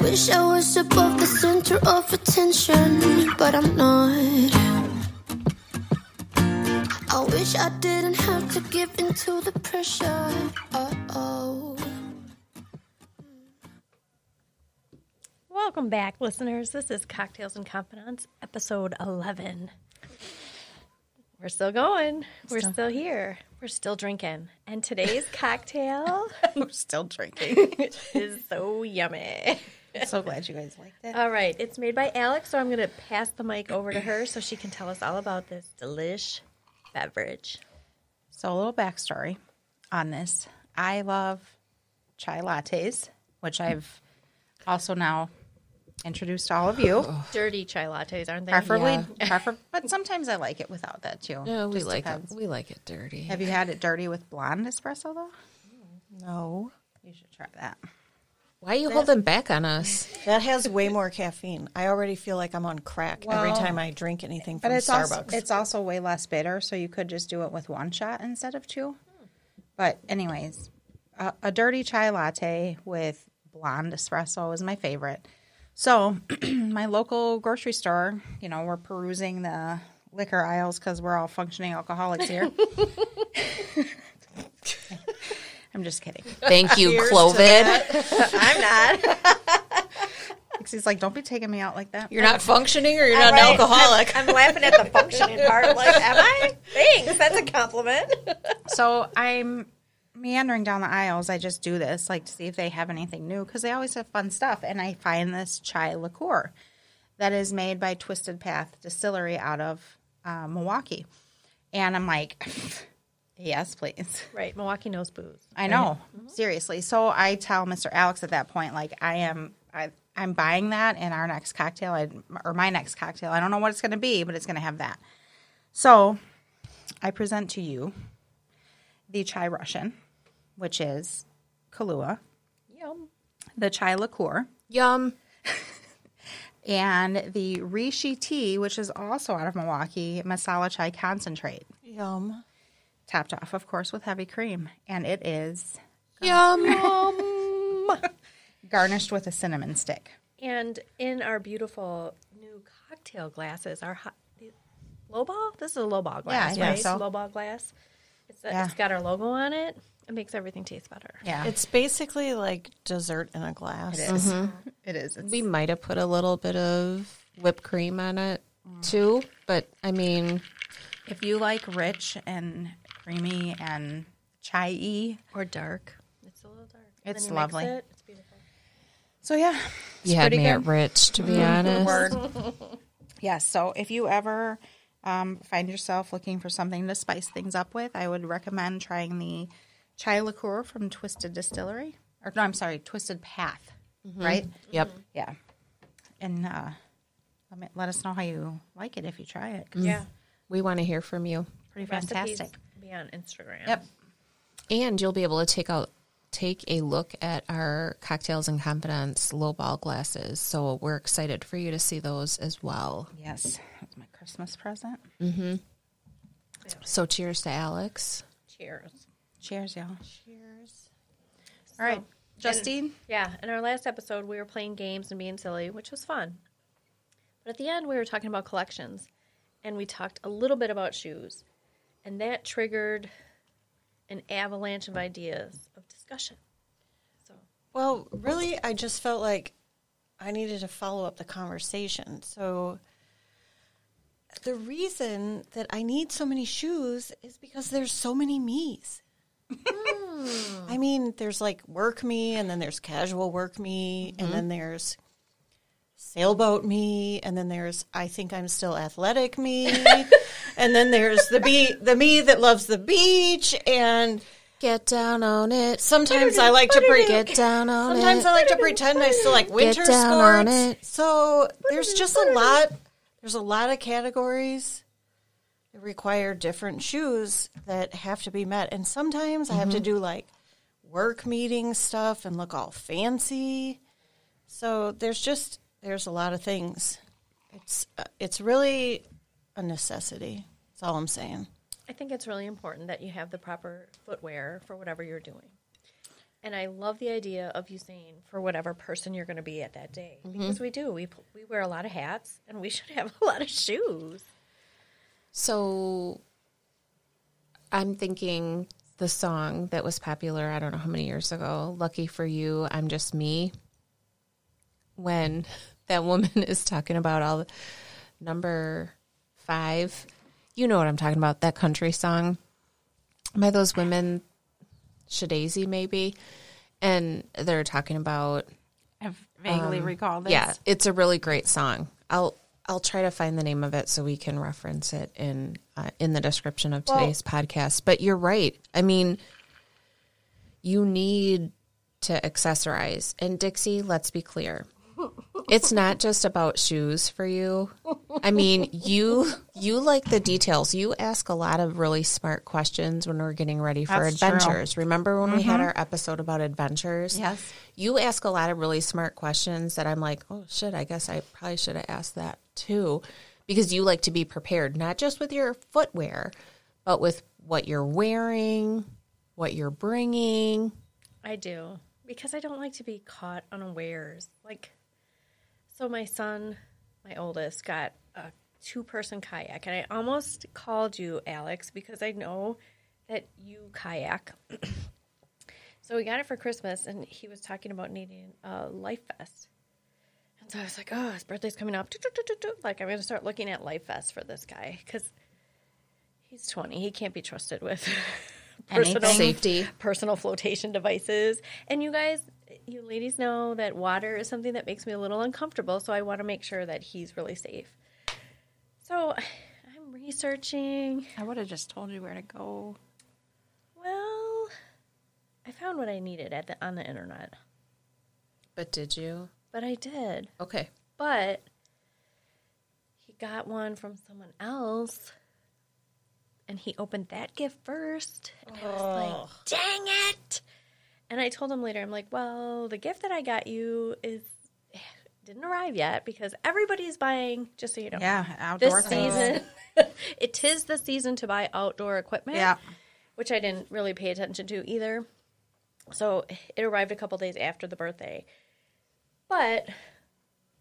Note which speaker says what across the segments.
Speaker 1: wish I was above the center of attention, but I'm not. I wish I didn't have to give into the pressure. Uh-oh.
Speaker 2: Welcome back, listeners. This is Cocktails and Confidants, episode 11. We're still going. We're still, here. We're still drinking. And today's cocktail
Speaker 3: We're still drinking.
Speaker 2: is so yummy.
Speaker 3: I'm so glad you guys liked it.
Speaker 2: All right, it's made by Alex, so I'm going to pass the mic over to her so she can tell us all about this delish beverage.
Speaker 3: So, a little backstory on this. I love chai lattes, which I've also now introduced to all of you.
Speaker 2: Dirty chai lattes, aren't they?
Speaker 3: Preferably,
Speaker 2: Yeah.
Speaker 3: prefer, but sometimes I like it without that too.
Speaker 4: No, we
Speaker 3: Just
Speaker 4: like
Speaker 3: depends.
Speaker 4: it. We like it dirty.
Speaker 3: Have you had it dirty with blonde espresso though?
Speaker 5: No.
Speaker 3: You should try that.
Speaker 4: Why are you holding back on us?
Speaker 5: That has way more caffeine. I already feel like I'm on crack every time I drink anything from
Speaker 3: But it's
Speaker 5: Starbucks.
Speaker 3: also it's also way less bitter, so you could just do it with one shot instead of two. But anyways, a, a dirty chai latte with blonde espresso is my favorite. So my local grocery store, you know, we're perusing the liquor aisles because we're all functioning alcoholics here. I'm just kidding.
Speaker 4: Thank you, Clovid.
Speaker 2: I'm not.
Speaker 3: He's like, don't be taking me out like that.
Speaker 4: You're not functioning or you're not
Speaker 2: Right.
Speaker 4: an alcoholic.
Speaker 2: I'm laughing at the functioning part. Like, am I? Thanks. That's a compliment.
Speaker 3: So I'm meandering down the aisles. I just do this, like to see if they have anything new because they always have fun stuff. And I find this chai liqueur that is made by Twisted Path Distillery out of uh, Milwaukee. And I'm like, yes, please.
Speaker 2: Right, Milwaukee knows booze.
Speaker 3: I know, seriously. So I tell Mr. Alex at that point, like, I am, I, I'm buying that in our next cocktail, I, or my next cocktail. I don't know what it's going to be, but it's going to have that. So I present to you the chai Russian, which is Kahlua,
Speaker 2: Yum.
Speaker 3: the chai liqueur,
Speaker 4: Yum.
Speaker 3: and the Rishi tea, which is also out of Milwaukee, masala chai concentrate,
Speaker 5: Yum.
Speaker 3: topped off, of course, with heavy cream, and it is
Speaker 4: Yum.
Speaker 3: garnished with a cinnamon stick.
Speaker 2: And in our beautiful new cocktail glasses, our hot, the- lowball. This is a lowball glass,
Speaker 3: Yeah, I
Speaker 2: right?
Speaker 3: think so.
Speaker 2: Lowball glass. It's,
Speaker 3: Yeah.
Speaker 2: it's got our logo on it. It makes everything taste better.
Speaker 3: Yeah,
Speaker 5: It's basically like dessert in a glass.
Speaker 3: It is. It is. It's,
Speaker 4: we might have put a little bit of whipped cream on it
Speaker 3: Mm.
Speaker 4: too, but I mean,
Speaker 3: if you like rich and creamy and chai
Speaker 2: Or dark. It's a little dark.
Speaker 3: It's
Speaker 2: you mix
Speaker 3: lovely.
Speaker 2: it, It's beautiful.
Speaker 3: so yeah,
Speaker 4: you had
Speaker 3: pretty
Speaker 4: me at
Speaker 3: good.
Speaker 4: rich, to be honest.
Speaker 3: yes. so if you ever um, find yourself looking for something to spice things up with, I would recommend trying the chai liqueur from Twisted Distillery. Or no, I'm sorry, Twisted Path. Right?
Speaker 4: Yep.
Speaker 3: Yeah. And uh, let, me, let us know how you like it if you try it. 'cause it's
Speaker 2: Yeah.
Speaker 4: We want to hear from you.
Speaker 3: Pretty
Speaker 2: Recipes
Speaker 3: fantastic.
Speaker 2: Be on Instagram.
Speaker 3: Yep.
Speaker 4: And you'll be able to take out take a look at our cocktails and confidence lowball glasses. So we're excited for you to see those as well.
Speaker 3: Yes, that's my Christmas present.
Speaker 4: So cheers to Alex.
Speaker 2: Cheers.
Speaker 3: Cheers, y'all. Cheers. All right, Justine.
Speaker 2: Yeah, in our last episode, we were playing games and being silly, which was fun. But at the end, we were talking about collections, and we talked a little bit about shoes, and that triggered an avalanche of ideas of discussion. So
Speaker 5: Well, really, I just felt like I needed to follow up the conversation. So the reason that I need so many shoes is because there's so many me's. I mean, there's like work me, and then there's casual work me, and then there's sailboat me, and then there's I think I'm still athletic me, and then there's the be the me that loves the beach, and
Speaker 4: Get down on it.
Speaker 5: sometimes I like to break it.
Speaker 4: Get down on
Speaker 5: Sometimes
Speaker 4: it.
Speaker 5: I like to pretend I still like winter
Speaker 4: down on
Speaker 5: sports.
Speaker 4: it.
Speaker 5: So there's just a lot. There's a lot of categories that require different shoes that have to be met, and sometimes I have
Speaker 4: Mm-hmm.
Speaker 5: to do like work meeting stuff and look all fancy. So there's just there's a lot of things. It's uh, it's really a necessity. That's all I'm saying.
Speaker 2: I think it's really important that you have the proper footwear for whatever you're doing. And I love the idea of you saying for whatever person you're going to be at that day because we do. We p- we wear a lot of hats and we should have a lot of shoes.
Speaker 4: So I'm thinking the song that was popular, I don't know how many years ago, Lucky for You, I'm Just Me. When that woman is talking about all the number five, you know what I'm talking about, that country song by those women, Shadazy maybe. And they're talking about
Speaker 3: I vaguely recall this.
Speaker 4: yeah, it's a really great song. I'll I'll try to find the name of it so we can reference it in uh, in the description of today's podcast. But you're right. I mean, you need to accessorize. And Dixie, let's be clear. It's not just about shoes for you. I mean, you you like the details. You ask a lot of really smart questions when we're getting ready for
Speaker 3: That's true. Mm-hmm.
Speaker 4: adventures. Remember when we had our episode about adventures?
Speaker 3: Yes.
Speaker 4: you ask a lot of really smart questions that I'm like, oh shit, I guess I probably should have asked that too. Because you like to be prepared, not just with your footwear, but with what you're wearing, what you're bringing.
Speaker 2: I do because I don't like to be caught unawares. Like, so my son, my oldest, got a two person kayak, and I almost called you, Alex, because I know that you kayak. so we got it for Christmas, and he was talking about needing a life vest. And so I was like, oh, his birthday's coming up. Like, I'm going to start looking at life vests for this guy because he's 20. He can't be trusted with
Speaker 3: Anything.
Speaker 4: Safety.
Speaker 2: personal flotation devices. And you guys, you ladies know that water is something that makes me a little uncomfortable, so I want to make sure that he's really safe. So I'm researching.
Speaker 6: I would have just told you where to go.
Speaker 2: Well, I found what I needed at the on the internet,
Speaker 4: But did you?
Speaker 2: but I did.
Speaker 4: Okay.
Speaker 2: But he got one from someone else. And he opened that gift first. And I was like, dang it. And I told him later, I'm like, well, the gift that I got you is didn't arrive yet because everybody's buying, just so you know.
Speaker 3: Yeah,
Speaker 2: This
Speaker 3: outdoor things.
Speaker 2: season it is the season to buy outdoor equipment.
Speaker 3: Yeah.
Speaker 2: Which I didn't really pay attention to either. So it arrived a couple days after the birthday. But,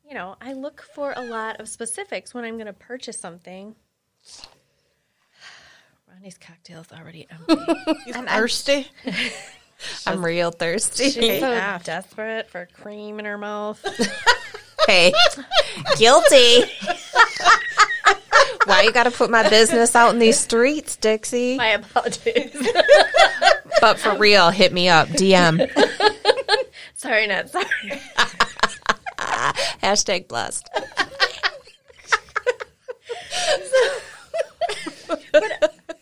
Speaker 2: you know, I look for a lot of specifics when I'm going to purchase something. Ronnie's cocktail's already empty.
Speaker 5: Thirsty.
Speaker 4: I'm real thirsty.
Speaker 2: She's so desperate for cream in her mouth.
Speaker 4: hey. Guilty. Why you gotta put my business out in these streets, Dixie?
Speaker 2: My apologies.
Speaker 4: But for real, hit me up. DM.
Speaker 2: sorry, not sorry.
Speaker 4: Hashtag blessed.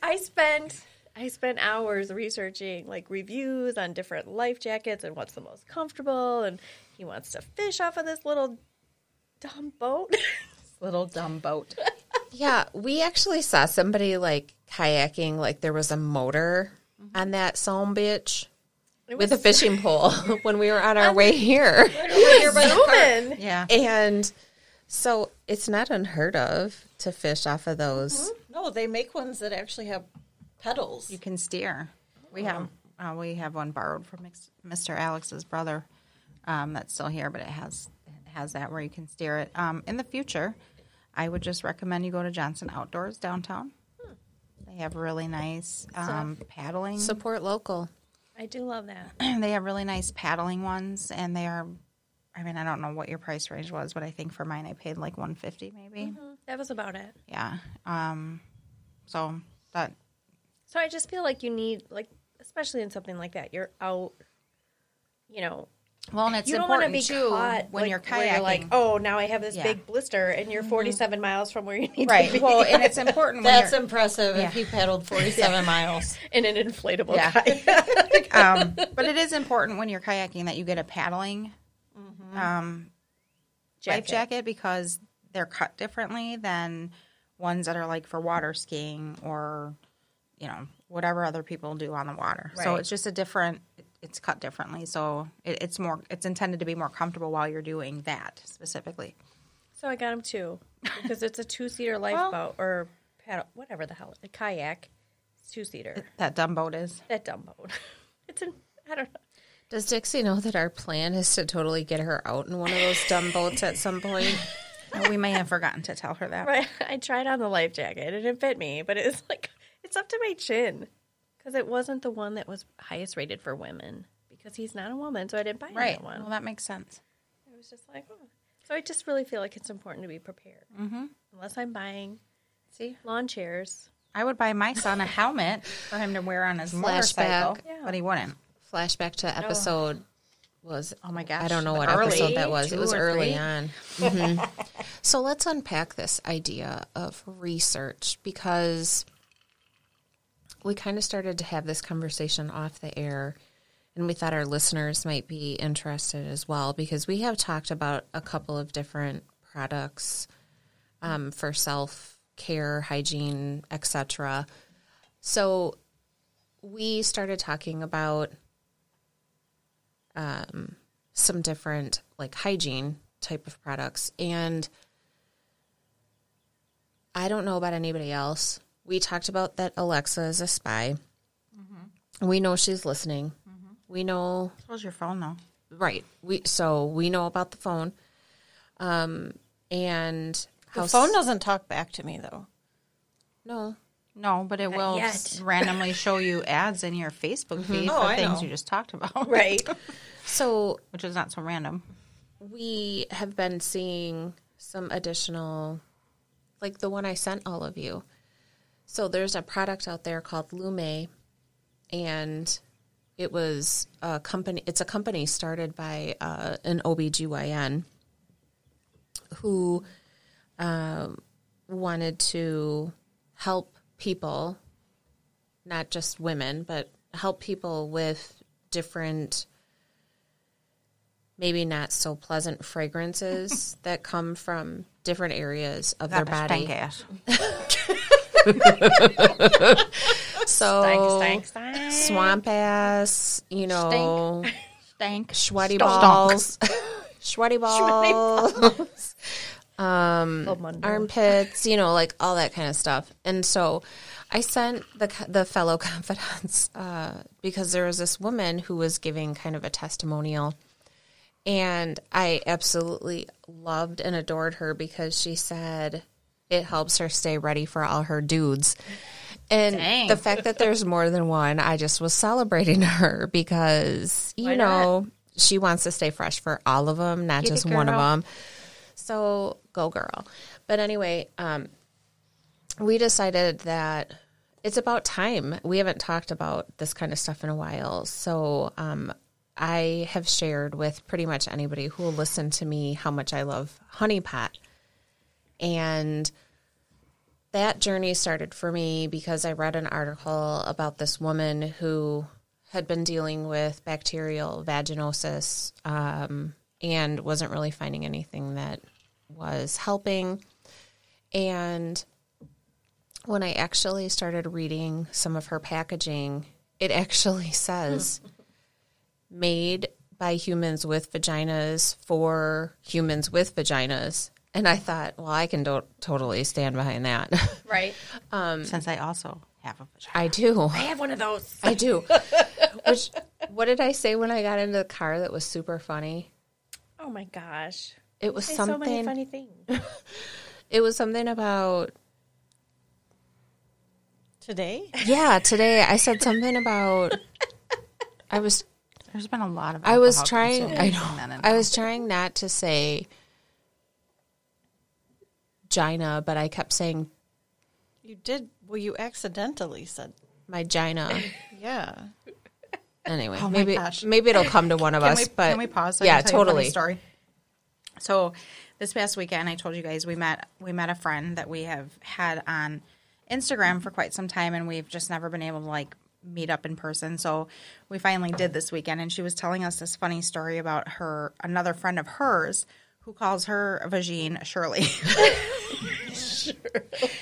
Speaker 2: I spent I spent hours researching like reviews on different life jackets and what's the most comfortable and he wants to fish off of this little dumb boat.
Speaker 3: Little dumb boat.
Speaker 4: Yeah, we actually saw somebody like kayaking, like there was a motor on that Psalm bitch with a fishing pole when we were on our way here.
Speaker 2: Zooming.
Speaker 3: Yeah.
Speaker 4: And so it's not unheard of to fish off of those.
Speaker 5: No, they make ones that actually have pedals.
Speaker 3: You can steer. We have uh, we have one borrowed from Mix- Mr. Alex's brother um, that's still here, but it has it has that where you can steer it. Um, in the future, I would just recommend you go to Johnson Outdoors downtown. They have really nice um, paddling.
Speaker 4: Support local.
Speaker 2: I do love that.
Speaker 3: they have really nice paddling ones, and they are. I mean, I don't know what your price range was, but I think for mine I paid like one fifty maybe.
Speaker 2: That was about it.
Speaker 3: Yeah. Um, so that
Speaker 2: So I just feel like you need like especially in something like that, you're out you know
Speaker 3: well, and it's
Speaker 2: you don't want to
Speaker 3: important
Speaker 2: be
Speaker 3: too
Speaker 2: caught
Speaker 3: when
Speaker 2: like,
Speaker 3: you're
Speaker 2: where
Speaker 3: kayaking.
Speaker 2: like, oh, now I have this
Speaker 3: Yeah. Mm-hmm.
Speaker 2: big blister, and you're 47 miles from where you need to be
Speaker 3: Right. Well, and it's important. When
Speaker 5: That's
Speaker 3: you're,
Speaker 5: impressive if you paddled 47 miles.
Speaker 2: in an inflatable
Speaker 3: Yeah.
Speaker 2: kayak.
Speaker 3: um, but it is important when you're kayaking that you get a paddling
Speaker 2: Mm-hmm.
Speaker 3: um, life jacket because they're cut differently than ones that are like for water skiing or you know whatever other people do on the water. So
Speaker 2: Right.
Speaker 3: it's just a different. It's cut differently, so it, it's more. It's intended to be more comfortable while you're doing that specifically.
Speaker 2: So I got him two because it's a two seater lifeboat or paddle, whatever the hell, a kayak, two seater.
Speaker 3: That dumb boat is.
Speaker 2: That dumb boat. It's an I don't know.
Speaker 4: Does Dixie know that our plan is to totally get her out in one of those dumb boats at some point?
Speaker 3: No, we may have forgotten to tell her that.
Speaker 2: Right. I tried on the life jacket. It didn't fit me, but it's like it's up to my chin because it wasn't the one that was highest rated for women because he's not a woman, so I didn't buy him
Speaker 3: Right.
Speaker 2: that one.
Speaker 3: Well, that makes sense.
Speaker 2: I was just like, oh. so I just really feel like it's important to be prepared. Mm-hmm. Unless I'm buying,
Speaker 3: See?
Speaker 2: lawn chairs.
Speaker 3: I would buy my son a helmet for him to wear on his motorcycle,
Speaker 4: Flashback.
Speaker 2: Yeah.
Speaker 3: but he wouldn't.
Speaker 4: Flashback to episode was
Speaker 3: Oh my gosh.
Speaker 4: I don't know what
Speaker 3: Early,
Speaker 4: episode that was.
Speaker 3: two
Speaker 4: It was
Speaker 3: or
Speaker 4: early
Speaker 3: three.
Speaker 4: on. hmm so let's unpack this idea of research because we kind of started to have this conversation off the air and we thought our listeners might be interested as well because we have talked about a couple of different products um, for self care, hygiene, etc. So we started talking about some different like hygiene type of products and i don't know about anybody else we talked about that alexa is a spy
Speaker 5: Mm-hmm.
Speaker 4: we know she's listening we know
Speaker 3: So is your phone though.
Speaker 4: right we so we know about the phone um and
Speaker 5: The
Speaker 4: how
Speaker 5: phone
Speaker 4: s-
Speaker 5: doesn't talk back to me though.
Speaker 4: no
Speaker 3: No, but it will
Speaker 2: yet.
Speaker 3: s- randomly show you ads in your Facebook feed
Speaker 5: Oh,
Speaker 3: for
Speaker 5: I
Speaker 3: things
Speaker 5: know.
Speaker 3: you just talked about,
Speaker 2: Right.
Speaker 4: so
Speaker 3: Which is not so random.
Speaker 4: we have been seeing some additional like the one I sent all of you. So there's a product out there called Lume and it was a company it's a company started by uh, an OBGYN who um, wanted to help people not just women but help people with different maybe not so pleasant fragrances that come from different areas of their
Speaker 3: That
Speaker 4: body.
Speaker 3: stank ass.
Speaker 4: So
Speaker 2: Stank, stank.
Speaker 4: swamp ass, you know,
Speaker 3: Stank.
Speaker 4: sweaty
Speaker 3: Stonk.
Speaker 4: balls, sweaty balls,
Speaker 2: Full Monday.
Speaker 4: armpits, you know, like all that kind of stuff. And so I sent the co- the fellow confidants uh, because there was this woman who was giving kind of a testimonial, and I absolutely loved and adored her because she said it helps her stay ready for all her dudes. And
Speaker 3: Dang.
Speaker 4: the fact that there's more than one, I just was celebrating her because you know she wants to stay fresh for all of them, not just one of
Speaker 3: girl.
Speaker 4: them. So go girl. But anyway, um, we decided that it's about time. We haven't talked about this kind of stuff in a while. So um, I have shared with pretty much anybody who will listen to me how much I love Honey Pot. And that journey started for me because I read an article about this woman who had been dealing with bacterial vaginosis um, and wasn't really finding anything that was helping. And when I actually started reading some of her packaging, it actually says made by humans with vaginas for humans with vaginas. And I thought, well, I can do- totally stand behind that.
Speaker 2: Right.
Speaker 3: Since I also have a vagina.
Speaker 4: I do.
Speaker 2: I have one of those.
Speaker 4: I do. Which, what did I say when I got into the car that was super funny?
Speaker 2: Oh my gosh.
Speaker 4: It was
Speaker 2: Say so
Speaker 4: something.
Speaker 2: many funny things.
Speaker 4: it was something about
Speaker 5: Today?
Speaker 4: yeah. Today I said something about. I was
Speaker 3: There's been a lot of
Speaker 4: I was
Speaker 3: alcohol
Speaker 4: trying.
Speaker 3: consumed
Speaker 4: I
Speaker 3: in that
Speaker 4: know. I
Speaker 3: environment.
Speaker 4: was trying not to say Gina, but I kept saying
Speaker 5: You did well you accidentally said
Speaker 4: my Gina.
Speaker 5: yeah.
Speaker 4: Anyway,
Speaker 3: Oh my
Speaker 4: maybe
Speaker 3: gosh.
Speaker 4: maybe it'll come to one of
Speaker 3: Can
Speaker 4: us.
Speaker 3: we,
Speaker 4: but
Speaker 3: can we pause? so I
Speaker 4: yeah,
Speaker 3: can tell you a funny
Speaker 4: totally.
Speaker 3: Story. So, this past weekend, I told you guys we met we met a friend that we have had on Instagram for quite some time, and we've just never been able to like meet up in person. So, we finally did this weekend, and she was telling us this funny story about her another friend of hers who calls her Vagine Shirley.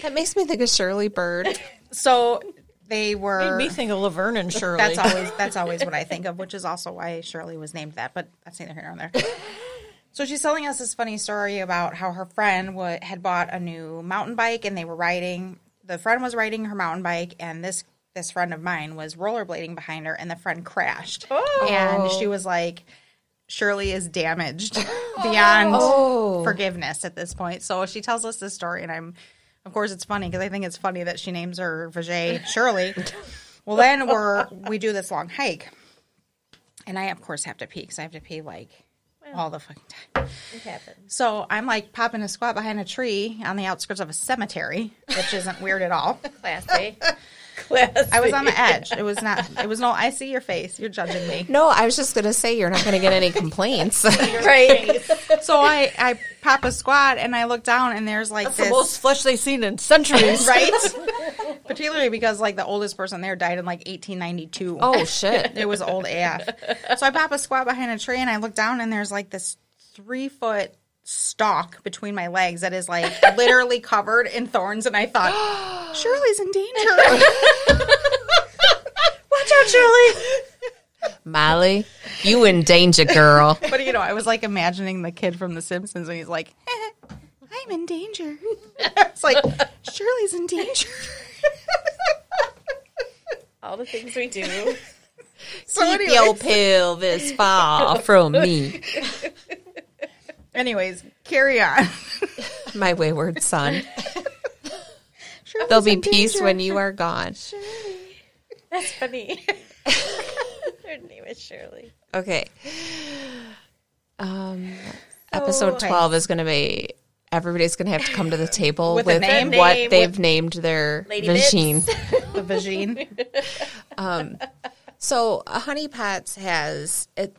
Speaker 4: That makes me think of Shirley Bird.
Speaker 3: so they
Speaker 5: Made
Speaker 3: were
Speaker 5: me think of Laverne and Shirley.
Speaker 3: That's always that's always what I think of, which is also why Shirley was named that. But that's neither here nor there. So she's telling us this funny story about how her friend wa had bought a new mountain bike, and they were riding. The friend was riding her mountain bike, and this this friend of mine was rollerblading behind her and the friend crashed. And she was like, Shirley is damaged beyond forgiveness at this point. So she tells us this story, and I'm, of course, it's funny because I think it's funny that she names her Vijay Shirley. well, then we're, we do this long hike. And I, of course, have to pee because I have to pee like all the fucking time.
Speaker 2: It happens.
Speaker 3: So I'm like popping a squat behind a tree on the outskirts of a cemetery, which isn't weird at all.
Speaker 2: Classy.
Speaker 3: I was on the edge. It was not. It was no. I see your face. You're judging me.
Speaker 4: No, I was just going to say you're not going to get any complaints.
Speaker 2: right.
Speaker 3: So I I pop a squat and I look down and there's like
Speaker 5: the
Speaker 3: this
Speaker 5: most flesh they've seen in centuries.
Speaker 3: right, particularly because like the oldest person there died in like 1892.
Speaker 4: oh shit.
Speaker 3: It was old AF. So I pop a squat behind a tree and I look down and there's like this three foot stalk between my legs that is like literally covered in thorns and I thought Shirley's in danger. Watch out, Shirley.
Speaker 4: Molly, you in danger, girl.
Speaker 3: But you know, I was like imagining the kid from The Simpsons and he's like, I'm in danger. it's like Shirley's in danger.
Speaker 2: All the things we do.
Speaker 3: So
Speaker 4: Keep
Speaker 3: anyway-
Speaker 4: your pelvis far from me,
Speaker 3: anyways, carry on.
Speaker 4: my wayward son.
Speaker 3: Shirley's
Speaker 4: There'll be
Speaker 3: in
Speaker 4: peace
Speaker 3: danger.
Speaker 4: when you are gone.
Speaker 2: That's funny. Her name is Shirley.
Speaker 4: Okay. Um,
Speaker 3: Oh,
Speaker 4: episode 12 is going to be everybody's going to have to come to the table with,
Speaker 3: With a name.
Speaker 4: what
Speaker 2: Name
Speaker 4: they've named their
Speaker 2: Lady
Speaker 4: machine.
Speaker 3: the vagine.
Speaker 4: So, uh, Honey Pots has it.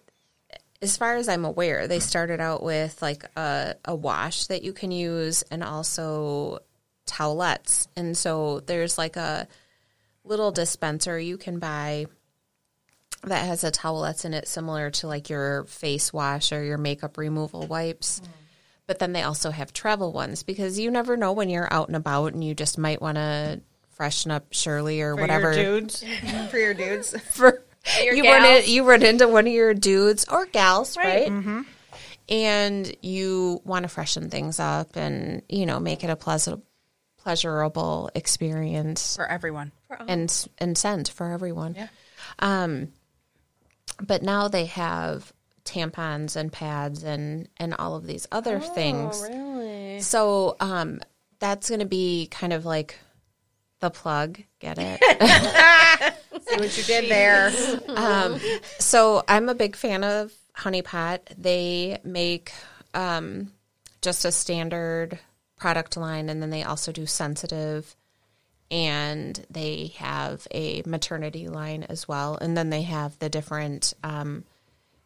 Speaker 4: As far as I'm aware, they started out with like a, a wash that you can use, and also towelettes. And so there's like a little dispenser you can buy that has a towel that's in it, similar to like your face wash or your makeup removal wipes. But then they also have travel ones because you never know when you're out and about and you just might want to freshen up Shirley or whatever
Speaker 5: dudes.
Speaker 3: For your dudes.
Speaker 4: for
Speaker 2: your
Speaker 4: you run
Speaker 2: gals.
Speaker 4: in, you run into one of your dudes or gals, right? Mm-hmm. And you want to freshen things up and you know make it a pleasant, pleasurable experience
Speaker 3: For everyone.
Speaker 4: and and send for everyone. Yeah. Um, but now they have tampons and pads and and all of these other things.
Speaker 2: Really?
Speaker 4: So um, that's going to be kind of like the plug. Get it?
Speaker 3: See what you did there.
Speaker 4: um, so I'm a big fan of Honey Pot. They make um, just a standard product line, and then they also do sensitive, and they have a maternity line as well, and then they have the different um,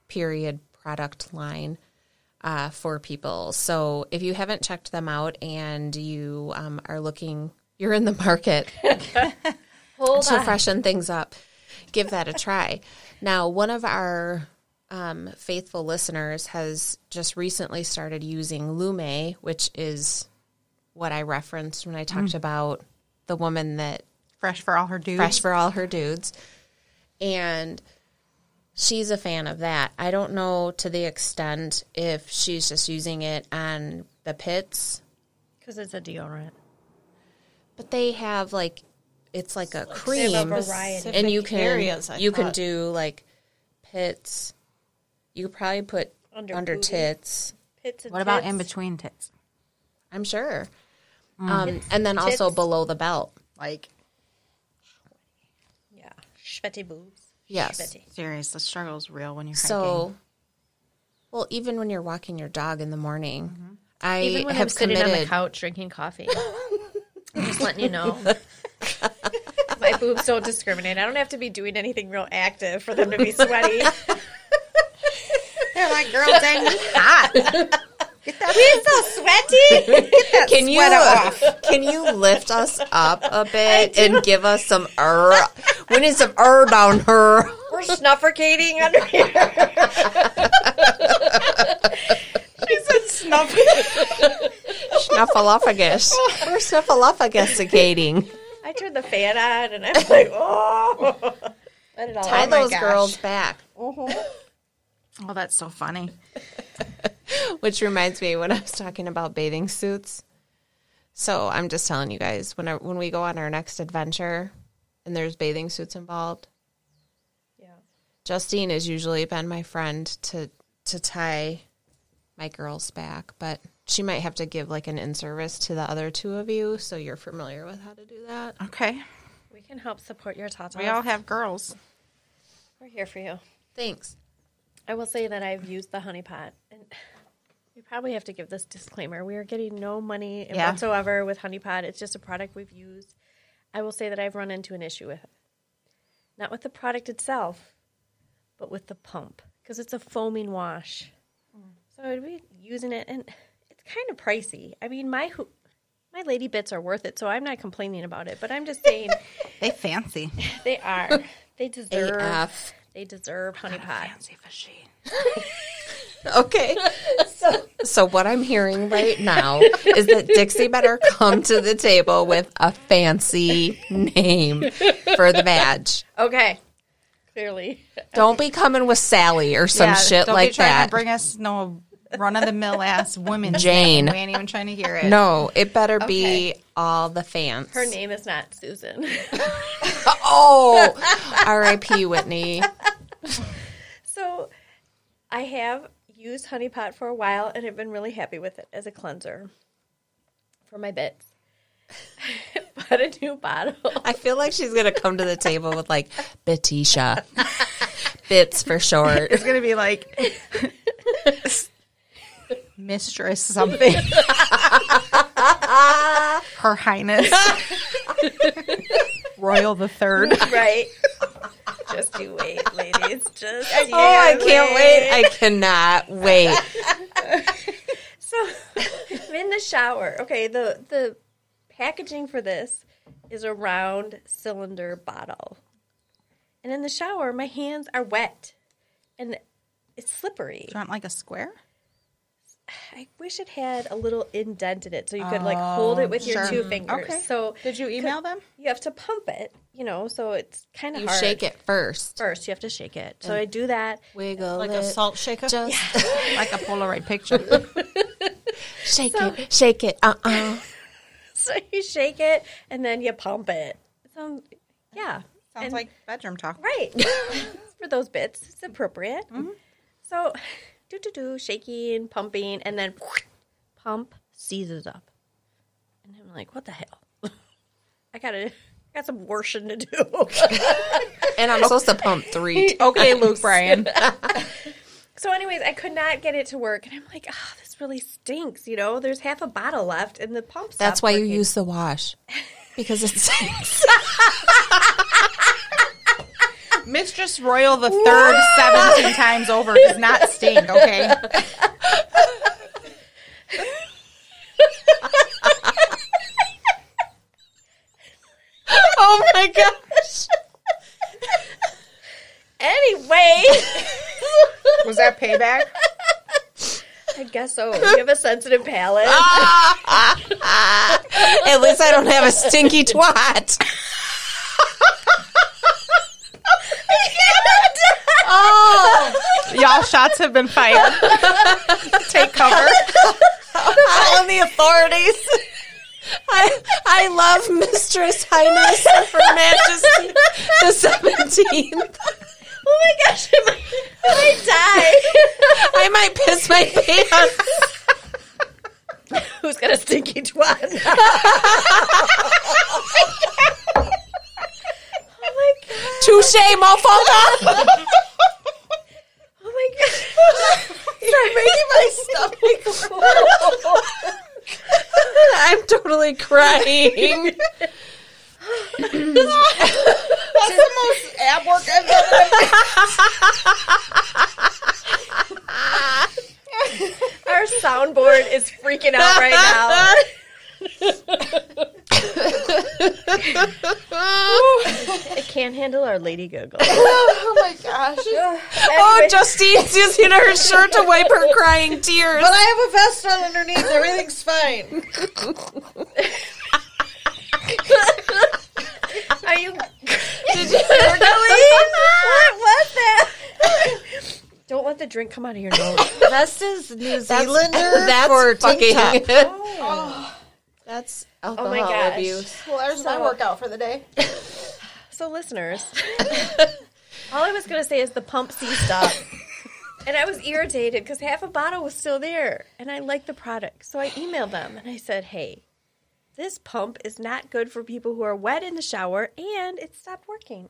Speaker 4: period product line. Uh, for people. So if you haven't checked them out and you um, are looking, you're in the market
Speaker 2: Hold
Speaker 4: to freshen things up. Give that a try. Now, one of our um, faithful listeners has just recently started using Lume, which is what I referenced when I talked
Speaker 2: Mm.
Speaker 4: about the woman that
Speaker 3: Fresh for all her dudes.
Speaker 4: Fresh for all her dudes. And she's a fan of that. I don't know to the extent if she's just using it on the pits,
Speaker 2: Because it's a deodorant.
Speaker 4: but they have like it's like a
Speaker 2: They
Speaker 4: cream
Speaker 2: have a variety.
Speaker 4: and you can
Speaker 5: areas, I
Speaker 4: you can
Speaker 5: thought.
Speaker 4: do like pits. You could probably put
Speaker 2: Under
Speaker 4: under,
Speaker 2: booby.
Speaker 4: tits.
Speaker 2: Pits and
Speaker 3: What about
Speaker 2: tits.
Speaker 3: in between tits?
Speaker 4: I'm sure, um, and then also below the belt.
Speaker 3: Like,
Speaker 2: Yeah. Schwetty boobs.
Speaker 4: Yes.
Speaker 2: Schwetty.
Speaker 3: serious, the struggle's real when you're hiking.
Speaker 4: So, well, even when you're walking your dog in the morning, I
Speaker 2: Even when
Speaker 4: have
Speaker 2: I'm sitting on the
Speaker 4: committed.
Speaker 2: couch drinking coffee. I'm just letting you know. My boobs don't discriminate. I don't have to be doing anything real active for them to be sweaty.
Speaker 3: They're like, girl, dang, you hot. Get that,
Speaker 2: sweaty?
Speaker 3: that
Speaker 4: Can you
Speaker 3: sweater off.
Speaker 4: can you lift us up a bit and give us some er? We need some er down her.
Speaker 2: We're snuffercating under here.
Speaker 4: Snuffleupagus. We're snuffleupagusicating.
Speaker 2: I turned the fan on and I'm like, oh. Let it all
Speaker 4: Tie
Speaker 2: out.
Speaker 4: those
Speaker 3: gosh.
Speaker 4: girls back.
Speaker 3: Oh, that's so funny.
Speaker 4: Which reminds me when I was talking about bathing suits. So I'm just telling you guys when I, when we go on our next adventure, and there's bathing suits involved.
Speaker 2: Yeah.
Speaker 4: Justine has usually been my friend to to tie my girls back, but she might have to give like an in service to the other two of you, so you're familiar with how to do that.
Speaker 3: Okay.
Speaker 2: We can help support your Tata.
Speaker 3: We all have girls.
Speaker 2: We're here for you.
Speaker 4: Thanks.
Speaker 2: I will say that I've used the honey pot, and we probably have to give this disclaimer: we are getting no money
Speaker 3: Yeah.
Speaker 2: whatsoever with honey pot. It's just a product we've used. I will say that I've run into an issue with it, not with the product itself, but with the pump because it's a foaming wash. So I'd be using it, and it's kind of pricey. I mean, my hoo- my lady bits are worth it, so I'm not complaining about it. But I'm just saying
Speaker 3: They fancy.
Speaker 2: they are. They deserve.
Speaker 4: AF.
Speaker 2: They deserve honey pot.
Speaker 3: Fancy machine.
Speaker 4: Okay. So, so what I'm hearing right now is that Dixie better come to the table with a fancy name for the badge.
Speaker 2: Okay. Clearly.
Speaker 4: Don't be coming with Sally or some
Speaker 2: Yeah,
Speaker 4: shit
Speaker 3: Don't be
Speaker 4: like
Speaker 3: trying
Speaker 4: that.
Speaker 3: to bring us no run of the mill ass women.
Speaker 4: Jane.
Speaker 3: We ain't even trying to hear it.
Speaker 4: no, it better be all the fans.
Speaker 2: Her name is not Susan.
Speaker 4: Oh, R.I.P. Whitney.
Speaker 2: so I have used Honey Pot for a while and have been really happy with it as a cleanser for my bits. Bought a new bottle.
Speaker 4: I feel like she's gonna come to the table with like Betisha, bits for short.
Speaker 3: It's gonna be like mistress something. Her Highness. Royal the Third.
Speaker 2: Right. Just you wait, ladies. Just you
Speaker 4: Oh, I can't wait! I cannot wait.
Speaker 2: So I'm in the shower. Okay, the the packaging for this is a round cylinder bottle. And in the shower, my hands are wet and it's slippery.
Speaker 3: Do you want like a square?
Speaker 2: I wish it had a little indent in it so you could like hold it with your
Speaker 3: Oh, sure.
Speaker 2: two fingers.
Speaker 3: Okay.
Speaker 2: So
Speaker 3: Did you email them?
Speaker 2: you have to pump it, you know, so it's kind of
Speaker 4: You
Speaker 2: hard.
Speaker 4: shake it first.
Speaker 2: first. You have to shake it.
Speaker 3: Mm.
Speaker 2: So I do that.
Speaker 4: Wiggle
Speaker 5: Like
Speaker 4: it.
Speaker 5: a salt shaker?
Speaker 4: Just
Speaker 3: Like a Polaroid picture.
Speaker 4: shake it. Shake it. Uh uh
Speaker 2: So you shake it and then you pump it. So yeah.
Speaker 3: Sounds
Speaker 2: And-
Speaker 3: like bedroom talk.
Speaker 2: Right. For those bits, it's appropriate.
Speaker 4: Mm-hmm.
Speaker 2: So, do do do, shaking, pumping, and then pump seizes up. And I'm like, what the hell? I gotta, got some washing to do.
Speaker 4: And I'm supposed to pump three.
Speaker 3: Okay, Luke Bryan.
Speaker 2: so, anyways, I could not get it to work. And I'm like, oh, this really stinks. You know, there's half a bottle left, and the pump
Speaker 4: That's
Speaker 2: stopped
Speaker 4: why you
Speaker 2: working.
Speaker 4: use the wash because it sinks.
Speaker 3: Mistress Royal the Third, seventeen times over, does not stink. Okay,
Speaker 4: oh my gosh!
Speaker 2: Anyway.
Speaker 3: was that payback?
Speaker 2: I guess so. You have a sensitive palate.
Speaker 4: Ah, At least I don't have a stinky twat. oh,
Speaker 3: Y'all shots have been fired. Take cover.
Speaker 4: calling the authorities. I, I love Mistress Highness of Her Majesty the Seventeenth.
Speaker 2: Oh my gosh, I might, I might die.
Speaker 4: I might piss my pants.
Speaker 2: Who's got a stinky twat? oh my god.
Speaker 4: Touche, mofoca.
Speaker 2: Oh my god. You're making my stomach full.
Speaker 4: I'm totally crying.
Speaker 3: That's the most ab work I've done.
Speaker 2: Our soundboard is freaking out right now. It can't handle our lady giggle.
Speaker 3: Oh my gosh!
Speaker 4: Oh, Justine's using her shirt to wipe her crying tears.
Speaker 3: But I have a vest on underneath. Everything's fine.
Speaker 2: Are you
Speaker 4: Did you what was that?
Speaker 2: Don't let the drink come out of your nose.
Speaker 5: Best is New Zealander.
Speaker 4: That's
Speaker 5: for
Speaker 4: fucking.
Speaker 5: TikTok.
Speaker 4: That's
Speaker 2: Oh
Speaker 4: alcohol oh,
Speaker 2: my gosh.
Speaker 4: abuse.
Speaker 3: Well, there's my workout for the day.
Speaker 2: So, listeners, all I was going to say is the pump C stop. and I was irritated because half a bottle was still there and I liked the product. So I emailed them and I said, hey, this pump is not good for people who are wet in the shower and it stopped working.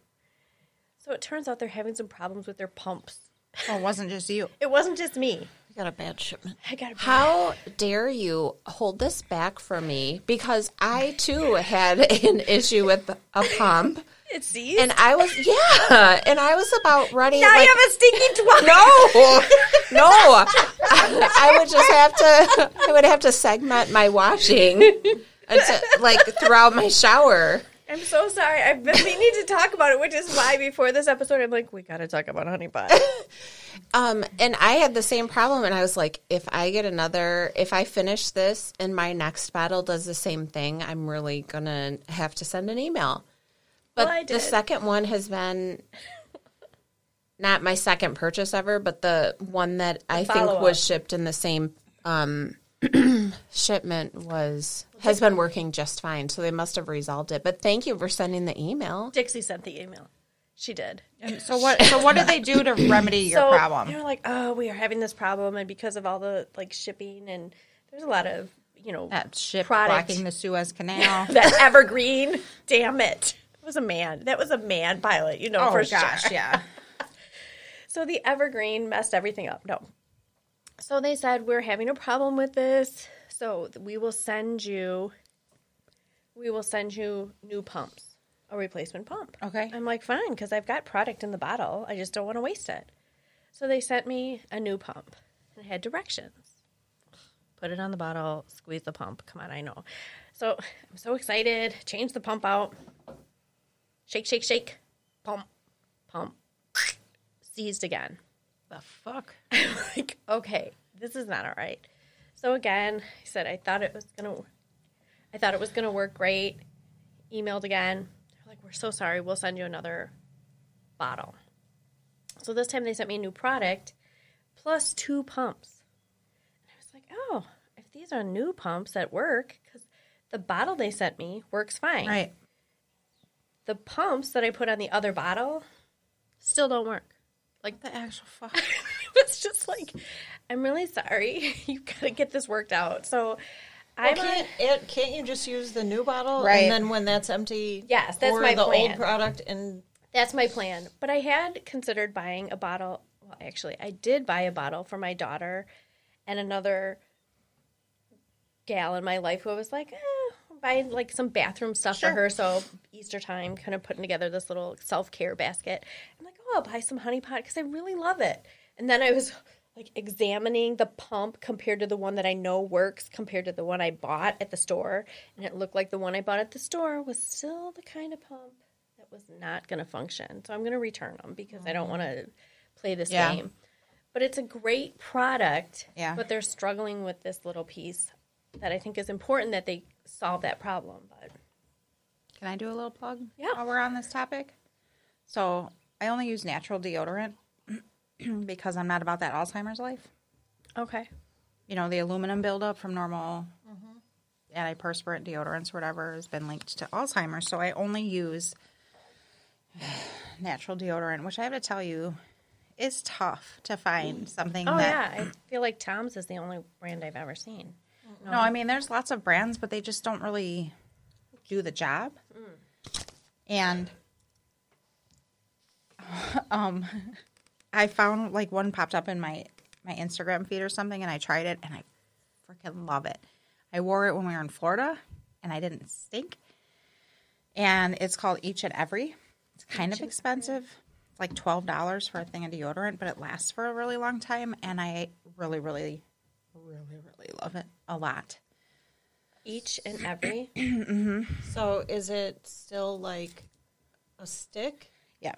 Speaker 2: So it turns out they're having some problems with their pumps.
Speaker 3: Well, it wasn't just you.
Speaker 2: It wasn't just me.
Speaker 5: We got a bad shipment.
Speaker 2: I got a
Speaker 4: How dare you hold this back from me? Because I too had an issue with a pump.
Speaker 2: It's these.
Speaker 4: And I was, yeah. And I was about ready.
Speaker 2: now
Speaker 4: like-
Speaker 2: you have a stinky twat.
Speaker 4: no, no. I, I would just have to. I would have to segment my washing, until, like throughout my shower.
Speaker 2: I'm so sorry. I've been meaning to talk about it, which is why before this episode, I'm like, we got to talk about Honey Pot.
Speaker 4: Um, and I had the same problem, and I was like, if I get another, if I finish this, and my next bottle does the same thing, I'm really gonna have to send an email. But
Speaker 2: Well, I
Speaker 4: the
Speaker 2: did.
Speaker 4: second one has been not my second purchase ever, but the one that I think
Speaker 2: follow-up.
Speaker 4: was shipped in the same um, shipment was has been working just fine. So they must have resolved it. But thank you for sending the email.
Speaker 2: Dixie sent the email. She did.
Speaker 3: So what? So what did they do to remedy your
Speaker 2: so
Speaker 3: problem?
Speaker 2: They're like, oh, we are having this problem, and because of all the like shipping and there's a lot of you know
Speaker 3: That ship
Speaker 2: product
Speaker 3: blocking the Suez Canal.
Speaker 2: that's evergreen. Damn it! It was a man. That was a man pilot. You know
Speaker 3: oh
Speaker 2: for
Speaker 3: gosh,
Speaker 2: sure.
Speaker 3: yeah.
Speaker 2: So the evergreen messed everything up. No. So they said we're having a problem with this. So we will send you. We will send you new pumps, a replacement pump.
Speaker 3: Okay.
Speaker 2: I'm like, fine, because I've got product in the bottle. I just don't want to waste it. So they sent me a new pump. It had directions. Put it on the bottle, squeeze the pump. Come on, I know. So I'm so excited. Change the pump out. Shake, shake, shake. Pump, pump. Seized again.
Speaker 3: The fuck.
Speaker 2: I'm like, okay, this is not all right. So again, I said I thought it was gonna, I thought it was gonna work great. Emailed again. They're like, we're so sorry. We'll send you another bottle. So this time they sent me a new product, plus two pumps. And I was like, oh, if these are new pumps that work, because the bottle they sent me works fine.
Speaker 3: Right.
Speaker 2: The pumps that I put on the other bottle still don't work. Like
Speaker 3: The actual fuck.
Speaker 2: it's just like, I'm really sorry. You gotta get this worked out. So I'm on-
Speaker 5: can't, it, can't you just use the new bottle
Speaker 3: Right.
Speaker 5: and then when that's empty,
Speaker 2: Yes, that's
Speaker 5: pour
Speaker 2: my
Speaker 5: the
Speaker 2: plan.
Speaker 5: old product and
Speaker 2: that's my plan. But I had considered buying a bottle. Well, actually, I did buy a bottle for my daughter and another gal in my life who I was like, eh, buy like some bathroom stuff for her. So Easter time, kind of putting together this little self care basket. I'm like, oh, I'll buy some honey pot because I really love it. And then I was like examining the pump compared to the one that I know works compared to the one I bought at the store. And it looked like the one I bought at the store was still the kind of pump that was not going to function. So I'm going to return them because I don't want to play this
Speaker 3: Yeah.
Speaker 2: game. But it's a great product.
Speaker 3: Yeah.
Speaker 2: But they're struggling with this little piece that I think is important that they solve that problem. But
Speaker 3: Can I do a little plug?
Speaker 2: Yeah.
Speaker 3: While we're on this topic, so I only use natural deodorant because I'm not about that Alzheimer's life.
Speaker 2: okay,
Speaker 3: You know, the aluminum buildup from normal
Speaker 2: Mm-hmm.
Speaker 3: antiperspirant deodorants, or whatever, has been linked to Alzheimer's. So I only use natural deodorant, which I have to tell you is tough to find something.
Speaker 2: oh
Speaker 3: that,
Speaker 2: yeah, I feel like Tom's is the only brand I've ever seen.
Speaker 3: No, I mean, there's lots of brands, but they just don't really do the job. And um, I found like one popped up in my my Instagram feed or something, and I tried it, and I freaking love it. I wore it when we were in Florida, and I didn't stink. And it's called Each and Every. It's kind of expensive. It's like twelve dollars for a thing of deodorant, but it lasts for a really long time, and I really, really, really, really love it a lot.
Speaker 2: Each and every.
Speaker 5: so is it still like a stick?
Speaker 3: Yeah.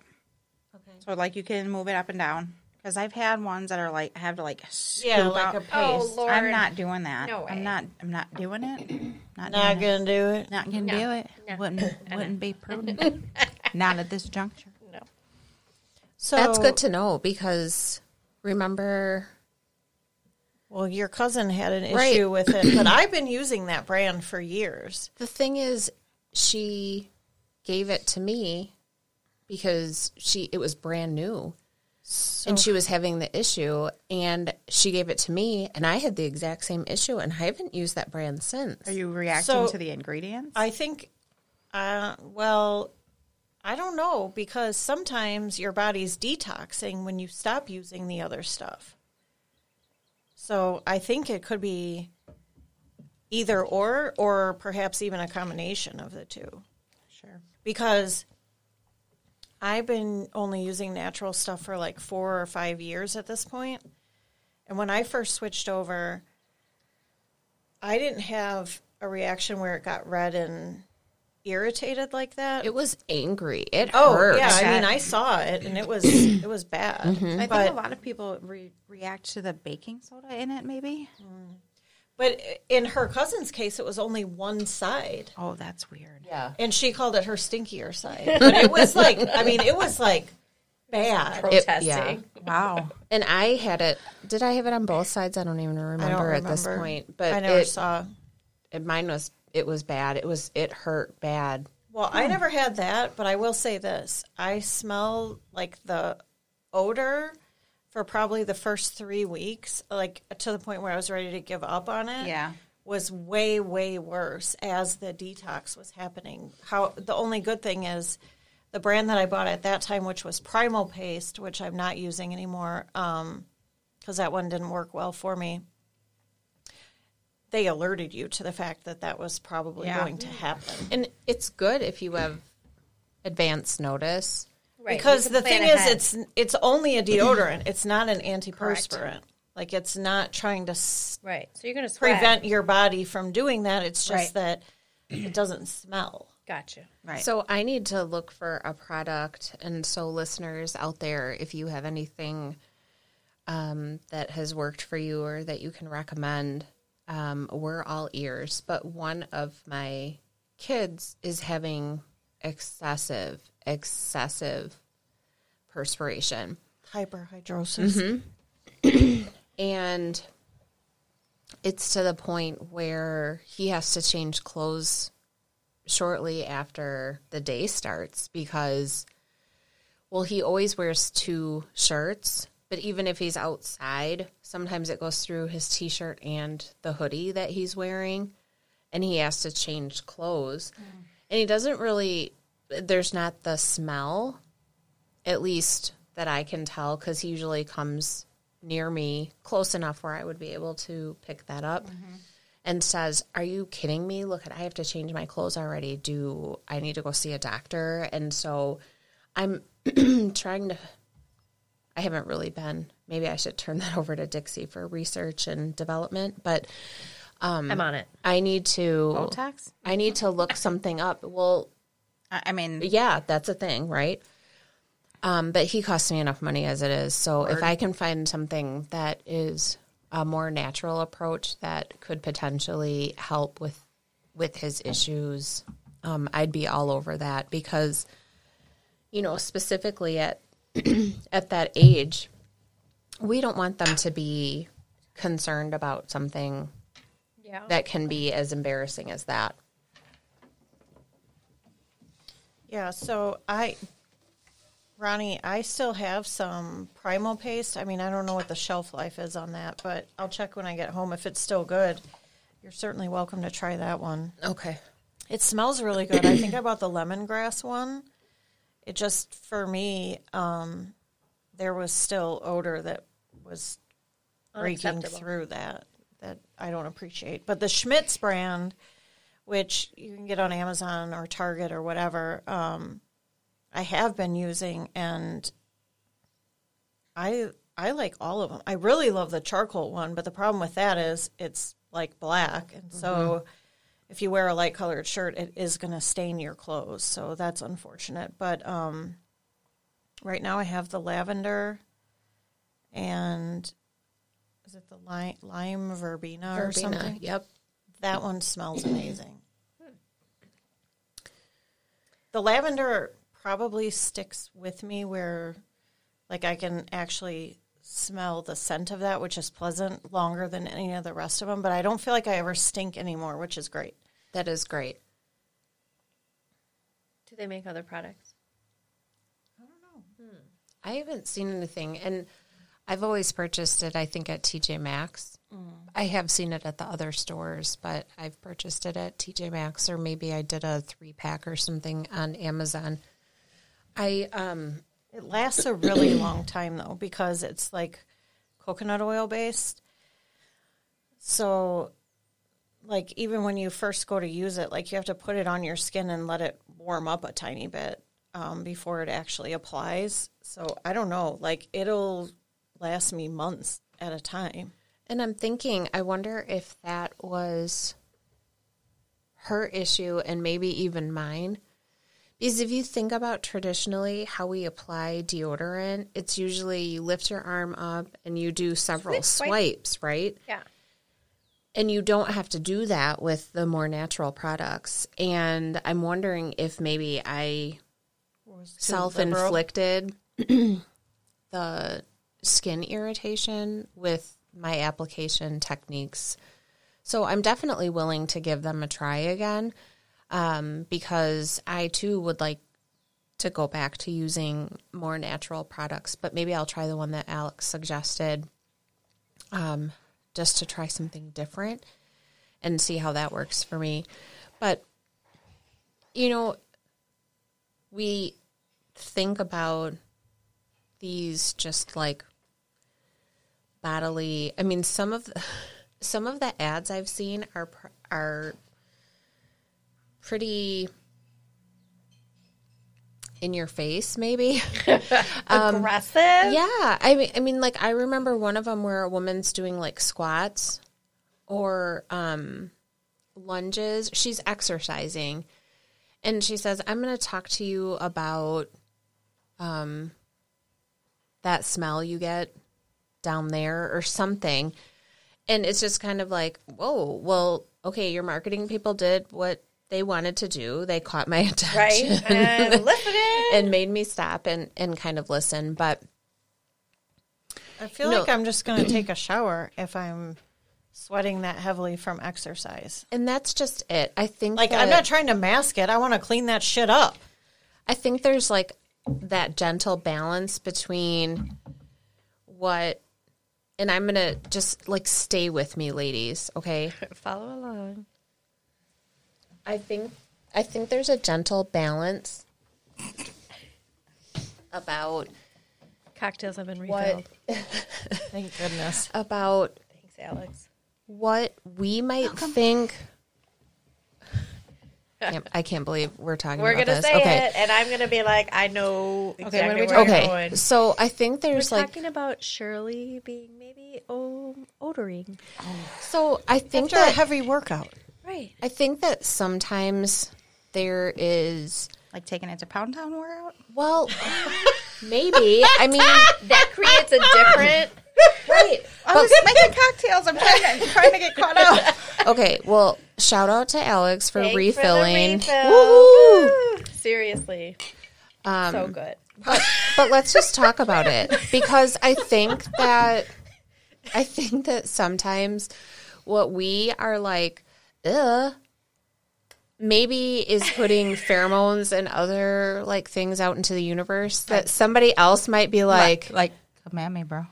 Speaker 5: Okay.
Speaker 3: So like you can move it up and down because I've had ones that are like I have to like scoop
Speaker 5: Yeah, like a
Speaker 3: out.
Speaker 5: paste.
Speaker 2: Oh Lord,
Speaker 3: I'm not doing that.
Speaker 2: No way.
Speaker 3: I'm not. I'm not doing it. Not
Speaker 5: Not
Speaker 3: doing it.
Speaker 5: gonna do it.
Speaker 3: Not gonna
Speaker 2: No.
Speaker 3: do it.
Speaker 2: No.
Speaker 3: Wouldn't wouldn't be prudent. not at this juncture.
Speaker 2: no.
Speaker 5: So
Speaker 4: That's good to know because remember
Speaker 5: Well, your cousin had an
Speaker 4: Right.
Speaker 5: issue with it, but I've been using that brand for years.
Speaker 4: The thing is, she gave it to me because she it was brand new. and she was having the issue and she gave it to me and I had the exact same issue and I haven't used that brand since.
Speaker 3: Are you reacting
Speaker 5: So-
Speaker 3: to the ingredients?
Speaker 5: I think, uh, well, I don't know because sometimes your body's detoxing when you stop using the other stuff. So I think it could be either or, or perhaps even a combination of the two.
Speaker 3: sure.
Speaker 5: Because I've been only using natural stuff for like four or five years at this point. And when I first switched over, I didn't have a reaction where it got red and irritated like that.
Speaker 4: It was angry. It
Speaker 5: oh
Speaker 4: hurt.
Speaker 5: yeah, I mean I saw it and it was it was bad.
Speaker 3: Mm-hmm. I think
Speaker 5: But
Speaker 3: a lot of people re- react to the baking soda in it, maybe.
Speaker 5: but in her cousin's case, it was only one side.
Speaker 3: Oh, that's weird.
Speaker 4: Yeah.
Speaker 5: And she called it her stinkier side. But it was like I mean it was like bad.
Speaker 2: protesting.
Speaker 4: yeah.
Speaker 3: Wow.
Speaker 4: And I had it. Did I have it on both sides? I don't even remember,
Speaker 5: I don't remember
Speaker 4: at this point. But
Speaker 5: I never
Speaker 4: it,
Speaker 5: saw.
Speaker 4: it- mine was it was bad. It was it hurt bad.
Speaker 5: Well,
Speaker 3: Hmm.
Speaker 5: I never had that, but I will say this: I smell like the odor for probably the first three weeks, like to the point where I was ready to give up on it.
Speaker 3: Yeah.
Speaker 5: was way way worse as the detox was happening. How the only good thing is the brand that I bought at that time, which was Primal Paste, which I'm not using anymore because that one didn't work well for me. They alerted you to the fact that that was probably
Speaker 3: Yeah.
Speaker 5: going to happen.
Speaker 4: And it's good if you have advance notice.
Speaker 2: Right. you
Speaker 5: because
Speaker 2: can
Speaker 5: the
Speaker 2: plan
Speaker 5: thing
Speaker 2: ahead.
Speaker 5: is it's it's only a deodorant it's not an antiperspirant like it's not trying to s-
Speaker 2: right. So you're going to sweat.
Speaker 5: prevent your body from doing that it's
Speaker 3: Right.
Speaker 5: just that it doesn't smell
Speaker 2: Gotcha.
Speaker 3: Right.
Speaker 4: So I need to look for a product. And so listeners out there, if you have anything um, that has worked for you or that you can recommend, um, we're all ears. But one of my kids is having excessive, excessive perspiration.
Speaker 5: hyperhidrosis
Speaker 4: and it's to the point where he has to change clothes shortly after the day starts because well he always wears two shirts but even if he's outside sometimes it goes through his t-shirt and the hoodie that he's wearing and he has to change clothes and he doesn't really there's not the smell at least that I can tell, because he usually comes near me close enough where I would be able to pick that up and says, Are you kidding me? Look, I have to change my clothes already. Do I need to go see a doctor? And so I'm trying to, I haven't really been. Maybe I should turn that over to Dixie for research and development, but
Speaker 2: I'm on it.
Speaker 4: I need to.
Speaker 3: Botox?
Speaker 4: I need to look something up. Well,
Speaker 3: I I mean,
Speaker 4: yeah, that's a thing, right? Um, but he costs me enough money as it is. So if I can find something that is a more natural approach that could potentially help with with his issues, um, I'd be all over that because you know, specifically at at that age, we don't want them to be concerned about something
Speaker 2: Yeah.
Speaker 4: that can be as embarrassing as that.
Speaker 5: yeah so i ronnie i still have some primal paste i mean i don't know what the shelf life is on that but i'll check when i get home if it's still good you're certainly welcome to try that one
Speaker 4: Okay.
Speaker 5: It smells really good. I think I bought the lemongrass one. It just for me, um, there was still odor that was breaking
Speaker 2: Unacceptable.
Speaker 5: through that that I don't appreciate. But the Schmitz brand, which you can get on Amazon or Target or whatever, um, I have been using, and I I like all of them. I really love the charcoal one, but the problem with that is it's like black, and so if you wear a light colored shirt, it is going to stain your clothes. So that's unfortunate. But um, right now I have the lavender and is it the lime, lime verbena, or
Speaker 4: Verbena,
Speaker 5: something?
Speaker 4: Yep.
Speaker 5: That one smells amazing. The lavender probably sticks with me where like I can actually smell the scent of that, which is pleasant longer than any of the rest of them, but I don't feel like I ever stink anymore, which is great.
Speaker 4: That is great.
Speaker 2: Do they make other products?
Speaker 4: I haven't seen anything, and I've always purchased it. I think at TJ Maxx. I have seen it at the other stores, but I've purchased it at TJ Maxx, or maybe I did a three pack or something on Amazon. I um
Speaker 5: It lasts a really long time though because it's like coconut oil based. So like even when you first go to use it, like you have to put it on your skin and let it warm up a tiny bit um, before it actually applies. So I don't know, like it'll last me months at a time.
Speaker 4: and I'm thinking. I wonder if that was her issue, and maybe even mine. Because if you think about traditionally how we apply deodorant, it's usually you lift your arm up and you do several
Speaker 2: Swipe,
Speaker 4: swipes, right?
Speaker 2: Yeah.
Speaker 4: And you don't have to do that with the more natural products. And I'm wondering if maybe I self inflicted the skin irritation with my application techniques. So I'm definitely willing to give them a try again um, because I too would like to go back to using more natural products, but maybe I'll try the one that Alex suggested um, just to try something different and see how that works for me. But, you know, we think about these just like bodily i mean some of the, some of the ads i've seen are pr- are pretty in your face maybe
Speaker 5: Um,
Speaker 2: Aggressive.
Speaker 4: yeah i mean i mean like i remember one of them where a woman's doing like squats or um lunges she's exercising and she says i'm going to talk to you about um that smell you get down there or something and it's just kind of like whoa well okay your marketing people did what they wanted to do they caught my attention
Speaker 2: Right. And listening.
Speaker 4: and made me stop and and kind of listen but
Speaker 5: I feel
Speaker 4: No.
Speaker 5: like I'm just going to take a shower if I'm sweating that heavily from exercise.
Speaker 4: And that's just it. I think
Speaker 5: Like
Speaker 4: that-
Speaker 5: I'm not trying to mask it. I want to clean that shit up.
Speaker 4: I think there's like that gentle balance between what and I'm gonna just like stay with me, ladies. Okay.
Speaker 6: Follow along.
Speaker 4: I think I think there's a gentle balance about
Speaker 2: Cocktails have been
Speaker 4: what
Speaker 2: refilled.
Speaker 5: Thank goodness.
Speaker 4: about
Speaker 2: Thanks, Alex.
Speaker 4: what we might think. Damn, I can't believe we're talking
Speaker 2: We're
Speaker 4: about
Speaker 2: gonna
Speaker 4: this.
Speaker 2: say
Speaker 4: okay.
Speaker 2: it, and I'm gonna be like, I know exactly
Speaker 6: when are we
Speaker 2: where
Speaker 6: talking?
Speaker 2: you're
Speaker 4: Okay.
Speaker 2: going.
Speaker 4: So I think
Speaker 2: We're
Speaker 4: there's like
Speaker 2: talking about Shirley being maybe oh, odoring.
Speaker 4: so I think
Speaker 5: After a
Speaker 4: that
Speaker 5: heavy workout.
Speaker 2: Right.
Speaker 4: I think that sometimes there is,
Speaker 3: Like taking it to Pound Town workout?
Speaker 4: well, maybe. I mean,
Speaker 2: That creates a different.
Speaker 4: right.
Speaker 3: I
Speaker 5: Oh,
Speaker 3: was making cocktails. I'm trying to, trying to get caught up.
Speaker 4: Okay, well, shout out to Alex for
Speaker 2: Thanks for the
Speaker 4: refilling.
Speaker 2: refill. Woo. Seriously. so good.
Speaker 4: but let's just talk about it because I think that I think that sometimes what we are like, Ugh, maybe is putting pheromones and other like things out into the universe that somebody else might be like,
Speaker 3: Like, come at me, bro.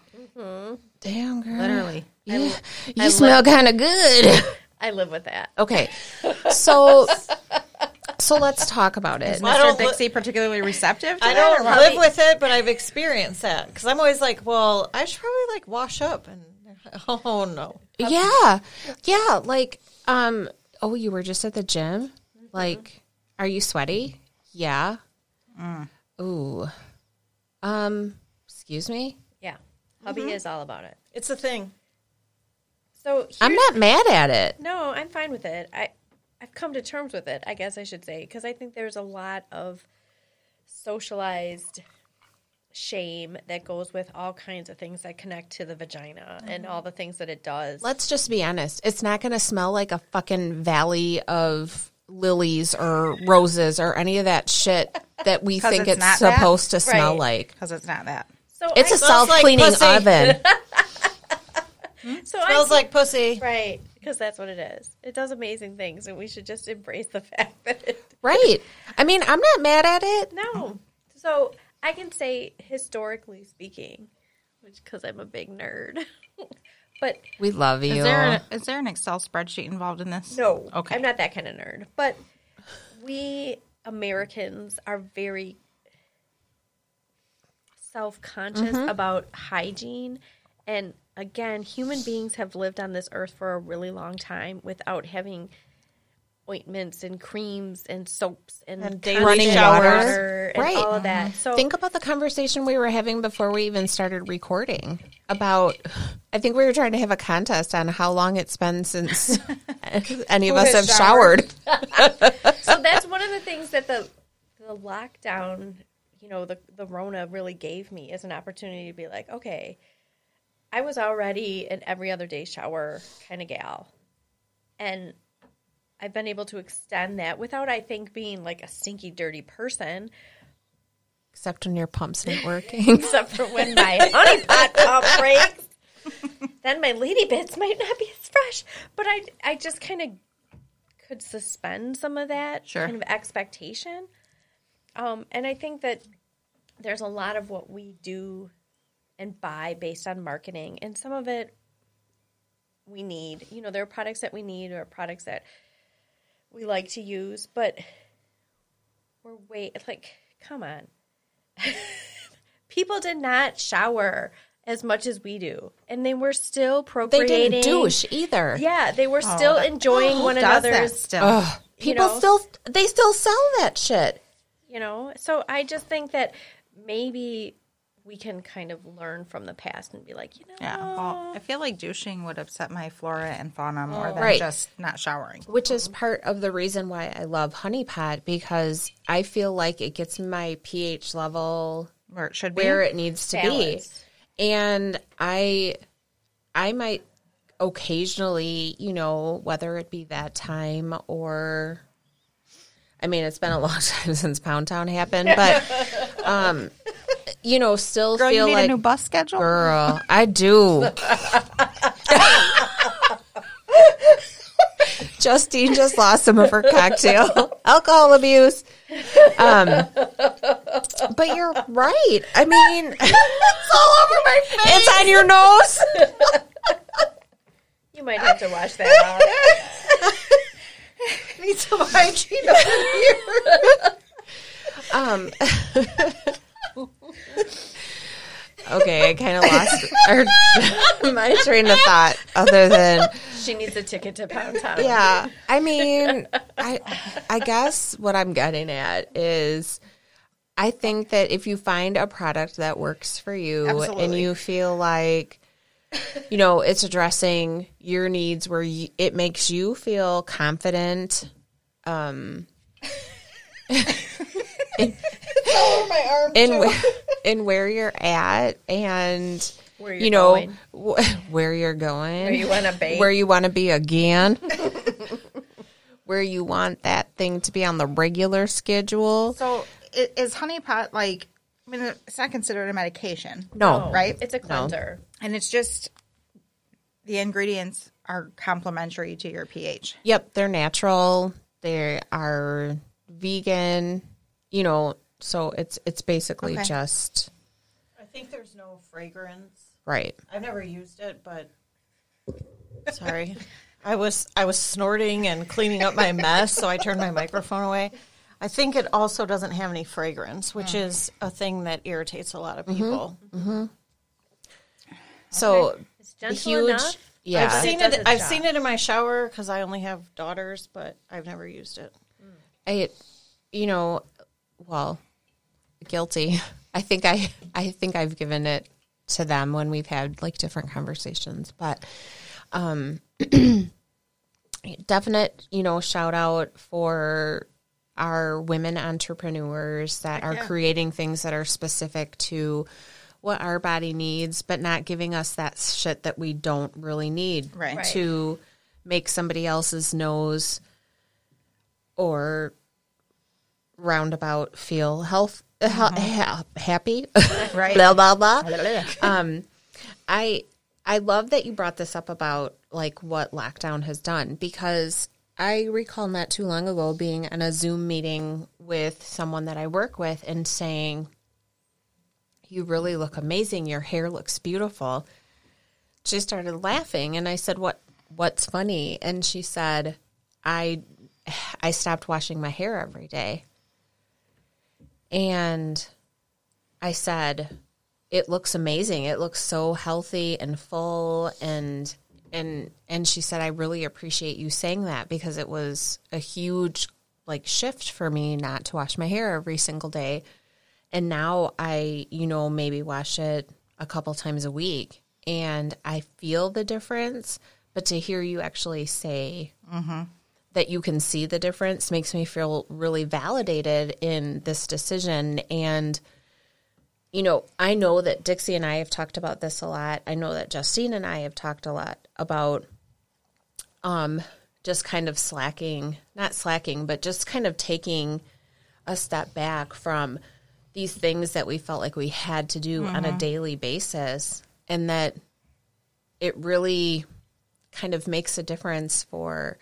Speaker 4: damn girl,
Speaker 3: Literally.
Speaker 4: you, you smell kind of good.
Speaker 2: I live with that.
Speaker 4: Okay. So so let's talk about it.
Speaker 5: I
Speaker 3: Mr.
Speaker 5: don't li-
Speaker 3: Dixie particularly receptive to
Speaker 5: I
Speaker 3: that,
Speaker 5: don't
Speaker 3: or what?
Speaker 5: live with it, but I've experienced that because I'm always like, well, I should probably like wash up and oh no,
Speaker 4: Yeah. Yeah, like um oh, you were just at the gym? Like are you sweaty? Yeah. Mm. Ooh. Um excuse me?
Speaker 2: Yeah. Hubby is all about it.
Speaker 5: it's a thing.
Speaker 2: So here,
Speaker 4: I'm not mad at it.
Speaker 2: no, I'm fine with it. I I've come to terms with it, I guess I should say, because I think there's a lot of socialized shame that goes with all kinds of things that connect to the vagina and all the things that it does.
Speaker 4: Let's just be honest. It's not going to smell like a fucking valley of lilies or roses or any of that shit that we
Speaker 3: 'Cause
Speaker 4: think
Speaker 3: it's
Speaker 4: it's,
Speaker 3: not that.
Speaker 4: supposed to smell
Speaker 2: Right.
Speaker 4: like.
Speaker 3: Because it's not that.
Speaker 2: so
Speaker 4: It's a
Speaker 2: I,
Speaker 5: smells like
Speaker 4: self-cleaning
Speaker 5: pussy.
Speaker 4: oven.
Speaker 2: so I
Speaker 5: Smells like pussy.
Speaker 2: right because that's what it is. It does amazing things, and we should just embrace the fact that it
Speaker 4: Right. I mean, I'm not mad at it.
Speaker 2: No. So I can say historically speaking, which because I'm a big nerd. but
Speaker 4: We love you.
Speaker 6: Is there, is there an Excel spreadsheet involved in this?
Speaker 2: no,
Speaker 6: Okay.
Speaker 2: I'm not that kind of nerd. But we Americans are very self conscious
Speaker 4: Mm-hmm.
Speaker 2: about hygiene. And again, human beings have lived on this earth for a really long time without having ointments and creams and soaps and,
Speaker 5: And daily
Speaker 2: constant
Speaker 5: Running
Speaker 4: showers.
Speaker 2: water and
Speaker 4: Right. Mm-hmm.
Speaker 2: all of that. So
Speaker 4: Think about the conversation we were having before we even started recording about. I think we were trying to have a contest on how long it's been since any of us have showered.
Speaker 2: so that's one of the things that the the lockdown, you know, the the Rona really gave me is an opportunity to be like, okay, I was already an every other day shower kind of gal, and I've been able to extend that without, I think, being like a stinky, dirty person.
Speaker 4: Except when your pump's not working.
Speaker 2: Except for when my honey pot pump breaks, then my lady bits might not be as fresh. But I, I just kind of could suspend some of that
Speaker 6: Sure.
Speaker 2: kind of expectation. Um, and I think that there's a lot of what we do and buy based on marketing, and some of it we need. You know, there are products that we need or products that we like to use, but we're way like, come on. People did not shower as much as we do, and they were still
Speaker 4: they
Speaker 2: procreating.
Speaker 4: didn't douche either.
Speaker 2: Yeah, they were still enjoying one
Speaker 3: does that
Speaker 2: another's
Speaker 3: still?
Speaker 4: Ugh.
Speaker 2: You
Speaker 4: people
Speaker 2: know?
Speaker 4: still they still sell that shit.
Speaker 2: you know so i just think that maybe we can kind of learn from the past and be like you know
Speaker 6: Yeah.
Speaker 3: Well, I feel like douching would upset my flora and fauna more than
Speaker 4: Right.
Speaker 3: just not showering.
Speaker 4: Which is part of the reason why I love Honey Pot because I feel like it gets my pH level
Speaker 3: Where it should be.
Speaker 4: where it needs to
Speaker 2: Balanced.
Speaker 4: be. And I I might occasionally, you know, whether it be that time or I mean, it's been a long time since Pound Town happened, but um you know, still
Speaker 6: Girl,
Speaker 4: feel
Speaker 6: Oh, you need
Speaker 4: like
Speaker 6: a new bus schedule?
Speaker 4: Girl, I do. Justine just lost some of her cocktail. Alcohol abuse. Um, but you're right. I mean, it's all over my face. It's on your nose.
Speaker 2: you might have to wash that off
Speaker 4: need some hygiene over here. um. okay, I kind of lost our, my train of thought. Other than,
Speaker 2: she needs a ticket to pound town
Speaker 4: yeah, I mean, I, I guess what I'm getting at is. I think that if you find a product that works for you and
Speaker 3: Absolutely.
Speaker 4: you feel like you know it's addressing your needs where you, it makes you feel confident um in, in where you're at and
Speaker 2: Where you're
Speaker 4: you know
Speaker 2: going.
Speaker 4: wh- where you're going
Speaker 2: Where you wanna be.
Speaker 4: where you want to be again where you want that thing to be on the regular schedule
Speaker 3: So i- is honey pot like, I mean, it's not considered a medication.
Speaker 4: no
Speaker 3: Right?
Speaker 2: it's a cleanser
Speaker 3: And it's just the ingredients are complementary to your pH.
Speaker 4: Yep, they're natural. They are vegan. You know, so it's it's basically
Speaker 3: Okay.
Speaker 4: just
Speaker 5: I think there's no fragrance.
Speaker 4: right.
Speaker 5: I've never used it, but sorry. I was I was snorting and cleaning up my mess, so I turned my microphone away. I think it also doesn't have any fragrance, which is a thing that irritates a lot of people.
Speaker 4: So
Speaker 2: it's
Speaker 4: the
Speaker 2: gentle
Speaker 4: huge,
Speaker 2: enough
Speaker 4: yeah.
Speaker 5: I've seen
Speaker 2: It
Speaker 5: it.
Speaker 2: does its
Speaker 5: I've
Speaker 2: job.
Speaker 5: seen it in my shower because I only have daughters, but I've never used it.
Speaker 4: I, you know, well, guilty. I think I, I think I've given it to them when we've had like different conversations, but, um, definite, you know, shout out for our women entrepreneurs that are creating things that are specific to what our body needs, but not giving us that shit that we don't really need
Speaker 3: Right. Right.
Speaker 4: to make somebody else's nose or roundabout feel health uh, ha- ha- happy
Speaker 3: Right.
Speaker 4: blah blah blah Um, i i love that you brought this up about like what lockdown has done because i recall not too long ago being in a zoom meeting with someone that i work with and saying You really look amazing. Your hair looks beautiful. She started laughing and I said, "What what's funny?" And she said, "I I stopped washing my hair every day." And I said, "It looks amazing. It looks so healthy and full and and and she said, "I really appreciate you saying that because it was a huge like shift for me not to wash my hair every single day. And now I, you know, maybe wash it a couple times a week and I feel the difference, but to hear you actually say that you can see the difference makes me feel really validated in this decision. And, you know, I know that Dixie and I have talked about this a lot. I know that Justine and I have talked a lot about um, just kind of slacking, not slacking, but just kind of taking a step back from these things that we felt like we had to do on a daily basis. And that it really kind of makes a difference for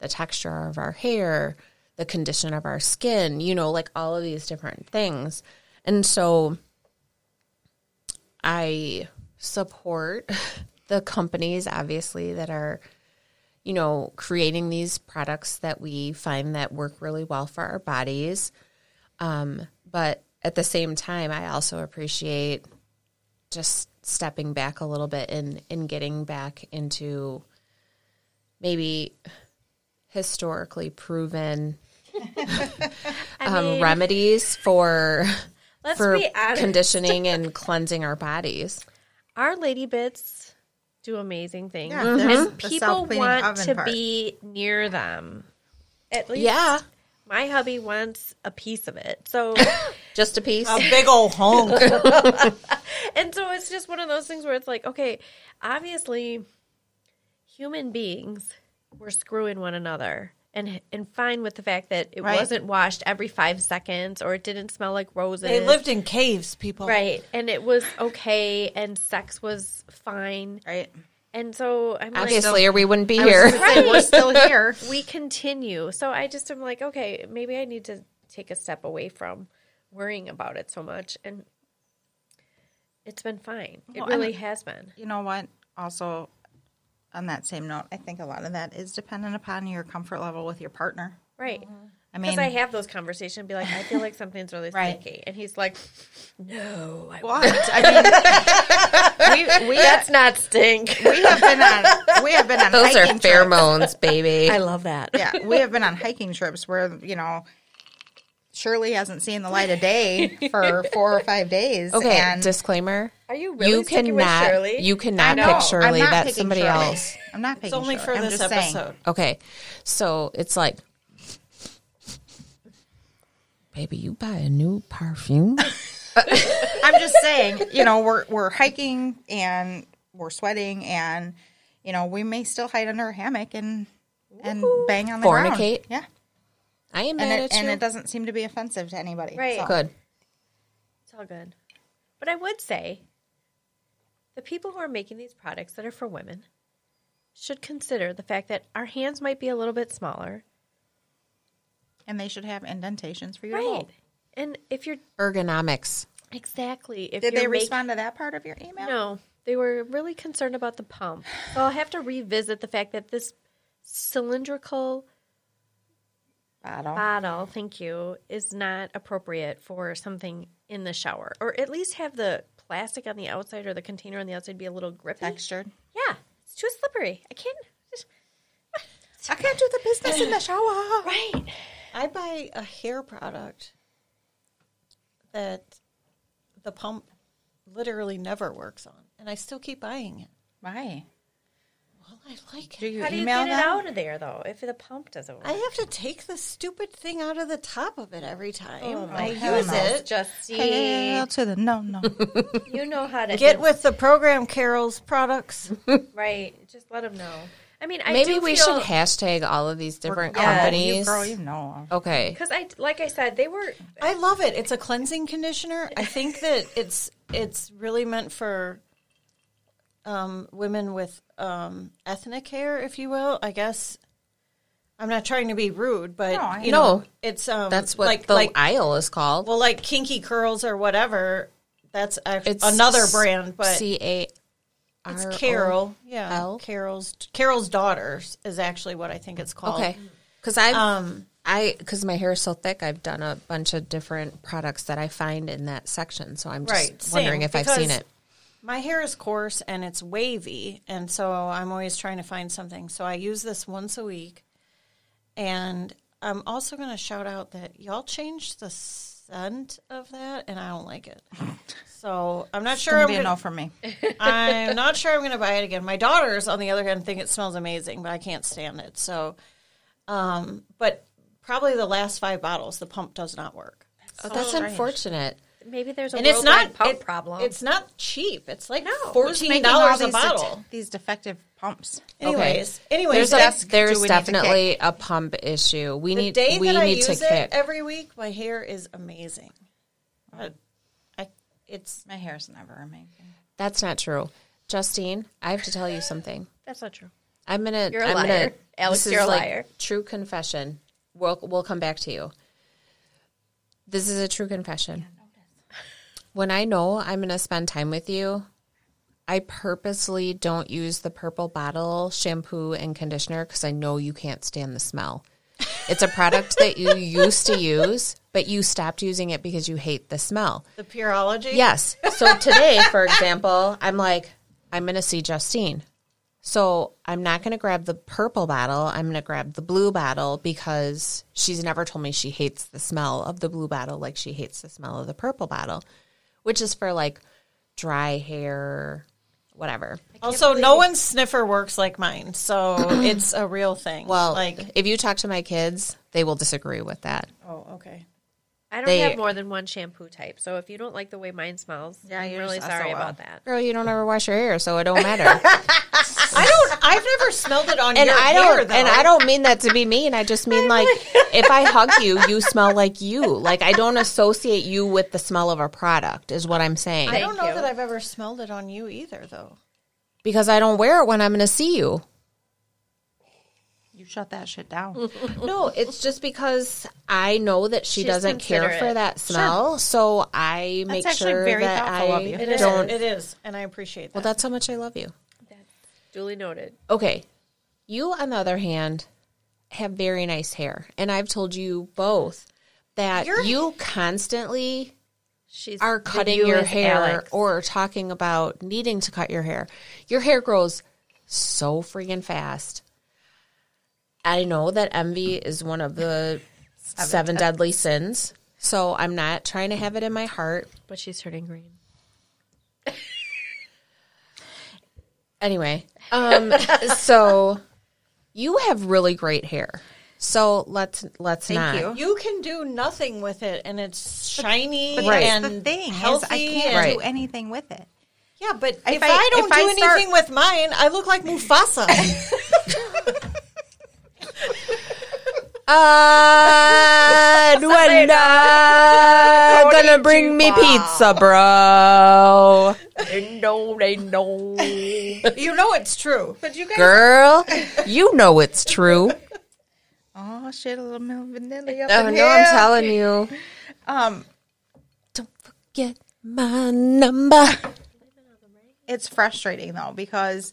Speaker 4: the texture of our hair, the condition of our skin, you know, like all of these different things. And so I support the companies, obviously, that are, you know, creating these products that we find that work really well for our bodies. Um, but at the same time, I also appreciate just stepping back a little bit and, and getting back into maybe historically proven um, remedies for
Speaker 2: Let's
Speaker 4: for
Speaker 2: be honest.
Speaker 4: conditioning and cleansing our bodies.
Speaker 2: Our lady bits do amazing things.
Speaker 3: Yeah, there's
Speaker 2: Mm-hmm. And
Speaker 3: the
Speaker 2: people
Speaker 3: self-cleaning
Speaker 2: want
Speaker 3: oven
Speaker 2: to
Speaker 3: part.
Speaker 2: be near them. At least
Speaker 4: Yeah,
Speaker 2: my hubby wants a piece of it. So
Speaker 4: just a piece.
Speaker 5: A big old honk.
Speaker 2: and so it's just one of those things where it's like, okay, obviously, human beings were screwing one another and and fine with the fact that it
Speaker 3: Right.
Speaker 2: wasn't washed every five seconds or it didn't smell like roses.
Speaker 5: they lived in caves, people.
Speaker 2: right, and it was okay, and sex was fine,
Speaker 3: Right.
Speaker 2: and so I'm like,
Speaker 4: Obviously, or we wouldn't be here.
Speaker 3: Right. We're still here.
Speaker 2: we continue. So I just am like, okay, maybe I need to take a step away from worrying about it so much and. It's been fine. It
Speaker 6: Well, and-
Speaker 2: really has been.
Speaker 6: you know what? Also, on that same note, I think a lot of that is dependent upon your comfort level with your partner.
Speaker 2: Right.
Speaker 6: I
Speaker 2: Because
Speaker 6: mean,
Speaker 2: I have those conversations, and be like, I feel like something's really
Speaker 6: Right.
Speaker 2: stinky, and he's like, No, I
Speaker 6: what? I mean, we, we,
Speaker 2: that's not stink.
Speaker 6: we have been on we have been on
Speaker 4: Those are
Speaker 6: hiking trips.
Speaker 4: pheromones, baby.
Speaker 2: I love that.
Speaker 6: Yeah, we have been on hiking trips where you know Shirley hasn't seen the light of day for four or five days.
Speaker 4: Okay,
Speaker 6: and
Speaker 4: disclaimer.
Speaker 2: Are you really
Speaker 4: you
Speaker 2: sticking with
Speaker 4: cannot.
Speaker 2: Shirley?
Speaker 4: You
Speaker 6: I
Speaker 4: cannot
Speaker 6: know,
Speaker 4: pick Shirley.
Speaker 6: I'm not
Speaker 4: That's
Speaker 6: picking
Speaker 4: somebody
Speaker 6: Shirley.
Speaker 4: else.
Speaker 6: I'm not picking
Speaker 5: It's only
Speaker 6: Shirley.
Speaker 5: for
Speaker 6: I'm
Speaker 5: this
Speaker 6: just
Speaker 5: episode.
Speaker 6: saying.
Speaker 4: Okay, so it's like, baby, you buy a new perfume.
Speaker 6: I'm just saying, you know, we're we're hiking and we're sweating and you know, we may still hide under a hammock and and bang on the
Speaker 4: Fornicate.
Speaker 6: ground. Yeah.
Speaker 4: I am
Speaker 6: And
Speaker 4: mad
Speaker 6: it,
Speaker 4: at
Speaker 6: and
Speaker 4: you.
Speaker 6: it doesn't seem to be offensive to anybody.
Speaker 2: Right.
Speaker 6: So.
Speaker 4: Good.
Speaker 2: It's all good. But I would say the people who are making these products that are for women should consider the fact that our hands might be a little bit smaller,
Speaker 6: And they should have indentations for your
Speaker 2: right?
Speaker 6: lobe.
Speaker 2: And if you're
Speaker 4: Ergonomics.
Speaker 2: exactly, if
Speaker 6: Did
Speaker 2: you're
Speaker 6: they
Speaker 2: making-
Speaker 6: respond to that part of your email?
Speaker 2: No, they were really concerned about the pump. So I'll have to revisit the fact that this cylindrical
Speaker 6: I don't.
Speaker 2: bottle, thank you, is not appropriate for something in the shower, or at least have the plastic on the outside or the container on the outside be a little grippy.
Speaker 6: Textured.
Speaker 2: Yeah, it's too slippery. I can't.
Speaker 6: I can't do the business in the shower.
Speaker 2: Right.
Speaker 5: I buy a hair product that the pump literally never works on, and I still keep buying it.
Speaker 6: Why?
Speaker 5: Well, I like
Speaker 6: Do
Speaker 5: it.
Speaker 6: you
Speaker 2: How do you
Speaker 6: email
Speaker 2: get
Speaker 6: them?
Speaker 2: it out of there though? If the pump doesn't work,
Speaker 5: I have to take the stupid thing out of the top of it every time I
Speaker 6: hell
Speaker 5: use
Speaker 6: no.
Speaker 5: it.
Speaker 2: Justine,
Speaker 6: Hail to the no, no.
Speaker 2: you know how to
Speaker 5: Get with the program, Carol's products.
Speaker 2: right. Just let them know. I mean, I
Speaker 4: Maybe
Speaker 2: do
Speaker 4: we
Speaker 2: feel-
Speaker 4: should hashtag all of these different
Speaker 6: Oh, you
Speaker 4: companies.
Speaker 6: girl, you know.
Speaker 4: Okay.
Speaker 2: Because I, like I said, they were
Speaker 5: I love it. It's a cleansing conditioner. I think that it's it's really meant for um, women with um, ethnic hair, if you will. I guess I'm not trying to be rude, but
Speaker 6: No, I-
Speaker 5: you
Speaker 4: No.
Speaker 5: know, it's um,
Speaker 4: That's what
Speaker 5: like
Speaker 4: the
Speaker 5: like
Speaker 4: aisle is called.
Speaker 5: well, like kinky curls or whatever. That's actually another brand, but
Speaker 4: C A R
Speaker 5: it's
Speaker 4: O
Speaker 5: Carol. Yeah,
Speaker 4: L?
Speaker 5: Carol's Carol's daughters is actually what I think it's called.
Speaker 4: Okay. Because I've,
Speaker 5: Um,
Speaker 4: I, because my hair is so thick, I've done a bunch of different products that I find in that section. So I'm just
Speaker 5: Right, same,
Speaker 4: wondering if I've seen
Speaker 5: because-
Speaker 4: it.
Speaker 5: My hair is coarse and it's wavy, and so I'm always trying to find something. So I use this once a week, and I'm also going to shout out that y'all changed the scent of that, and I don't like it. So I'm not sure.
Speaker 3: Gonna
Speaker 5: I'm
Speaker 3: be a
Speaker 5: gonna-
Speaker 3: no for me.
Speaker 5: I'm not sure I'm going to buy it again. My daughters, on the other hand, think it smells amazing, but I can't stand it. So, um, but probably the last five bottles, the pump does not work,
Speaker 4: Oh, that's unfortunate.
Speaker 2: Maybe there's a
Speaker 5: and it's not
Speaker 2: pump
Speaker 5: it-
Speaker 2: problem.
Speaker 5: It's not cheap. It's like
Speaker 3: Who's
Speaker 5: fourteen
Speaker 3: making all
Speaker 5: dollars a
Speaker 3: these de-
Speaker 5: bottle.
Speaker 3: these defective pumps.
Speaker 5: Anyways, anyways,
Speaker 4: There's, a,
Speaker 5: that's
Speaker 4: there's
Speaker 3: do we need to
Speaker 4: definitely a pump issue. We
Speaker 5: the
Speaker 4: need
Speaker 5: day
Speaker 4: we
Speaker 5: that I
Speaker 4: need
Speaker 5: use
Speaker 4: to
Speaker 5: it
Speaker 4: kick.
Speaker 5: every week. My hair is amazing. I, I, it's
Speaker 3: My hair's never amazing.
Speaker 4: That's not true, Justine. I have to tell you something.
Speaker 2: That's not true.
Speaker 4: I'm gonna.
Speaker 2: You're a
Speaker 4: I'm
Speaker 2: liar.
Speaker 4: Gonna,
Speaker 2: Alex,
Speaker 4: this is
Speaker 2: you're a
Speaker 4: like
Speaker 2: liar.
Speaker 4: True confession. We'll we'll come back to you. This is a true confession. When I know I'm gonna spend time with you, I purposely don't use the purple bottle shampoo and conditioner because I know you can't stand the smell. It's a product that you used to use, but you stopped using it because you hate the smell.
Speaker 5: the Pureology.
Speaker 4: Yes. So today, for example, I'm like, I'm going to see Justine. So I'm not going to grab the purple bottle. I'm going to grab the blue bottle because she's never told me she hates the smell of the blue bottle like she hates the smell of the purple bottle, which is for like dry hair, whatever.
Speaker 5: Also, no one's sniffer works like mine, so it's a real thing.
Speaker 4: Well,
Speaker 5: like
Speaker 4: if you talk to my kids, they will disagree with that.
Speaker 5: oh, okay.
Speaker 2: I don't
Speaker 4: They-
Speaker 2: have more than one shampoo type, so if you don't like the way mine smells,
Speaker 3: Yeah,
Speaker 2: I'm
Speaker 3: yours
Speaker 2: really
Speaker 3: also
Speaker 2: sorry
Speaker 3: will.
Speaker 2: about that.
Speaker 4: Girl, you don't ever wash your hair, so it don't matter.
Speaker 5: I don't. I've never smelled it on
Speaker 4: and
Speaker 5: your
Speaker 4: I
Speaker 5: hair,
Speaker 4: don't
Speaker 5: though.
Speaker 4: and I don't mean that to be mean. I just mean like if I hug you, you smell like you. Like I don't associate you with the smell of a product is what I'm saying.
Speaker 5: I don't know
Speaker 2: you.
Speaker 5: that I've ever smelled it on you either, though.
Speaker 4: because I don't wear it when I'm going to see you.
Speaker 3: You shut that shit down.
Speaker 4: No, it's just because I know that she
Speaker 2: She's
Speaker 4: doesn't care for
Speaker 2: considerate.
Speaker 4: that smell, so I make
Speaker 3: actually
Speaker 4: sure
Speaker 3: very
Speaker 4: that
Speaker 3: thoughtful
Speaker 4: I
Speaker 3: of you.
Speaker 5: It is.
Speaker 4: don't.
Speaker 5: It is, and I appreciate
Speaker 4: Well,
Speaker 5: that.
Speaker 4: that's how much I love you.
Speaker 2: Duly noted.
Speaker 4: Okay. You, on the other hand, have very nice hair. And I've told you both that
Speaker 5: Your-
Speaker 4: you constnely
Speaker 2: She's
Speaker 4: are
Speaker 2: the
Speaker 4: cutting
Speaker 2: you
Speaker 4: your
Speaker 2: is
Speaker 4: hair
Speaker 2: Alex.
Speaker 4: or talking about needing to cut your hair. Your hair grows so freaking fast. I know that envy is one of the seven, deadly sins. So I'm not trying to have it in my heart.
Speaker 2: but she's turning green.
Speaker 4: Anyway, um, so you have really great hair. So let's let's
Speaker 3: Thank
Speaker 4: not.
Speaker 3: you.
Speaker 5: you can do nothing with it, and it's shiny
Speaker 3: But
Speaker 4: Right.
Speaker 5: and
Speaker 3: that's the thing is
Speaker 5: healthy.
Speaker 3: I can't
Speaker 5: and-
Speaker 4: Right.
Speaker 3: do anything with it.
Speaker 5: Yeah, but if, I,
Speaker 3: I-
Speaker 5: don't
Speaker 3: if
Speaker 5: do
Speaker 3: I start-
Speaker 5: anything with mine, I look like Mufasa.
Speaker 4: Uh, Edwina, gonna bring me pizza, bro.
Speaker 2: No, they know.
Speaker 5: you know it's true. But you guys,
Speaker 4: Girl, you know it's true.
Speaker 3: Oh shit! A little milk vanilla. Up
Speaker 4: I
Speaker 3: in
Speaker 4: know
Speaker 3: here.
Speaker 4: Oh, I'm telling you.
Speaker 3: Um,
Speaker 4: Don't forget my number.
Speaker 3: it's frustrating though because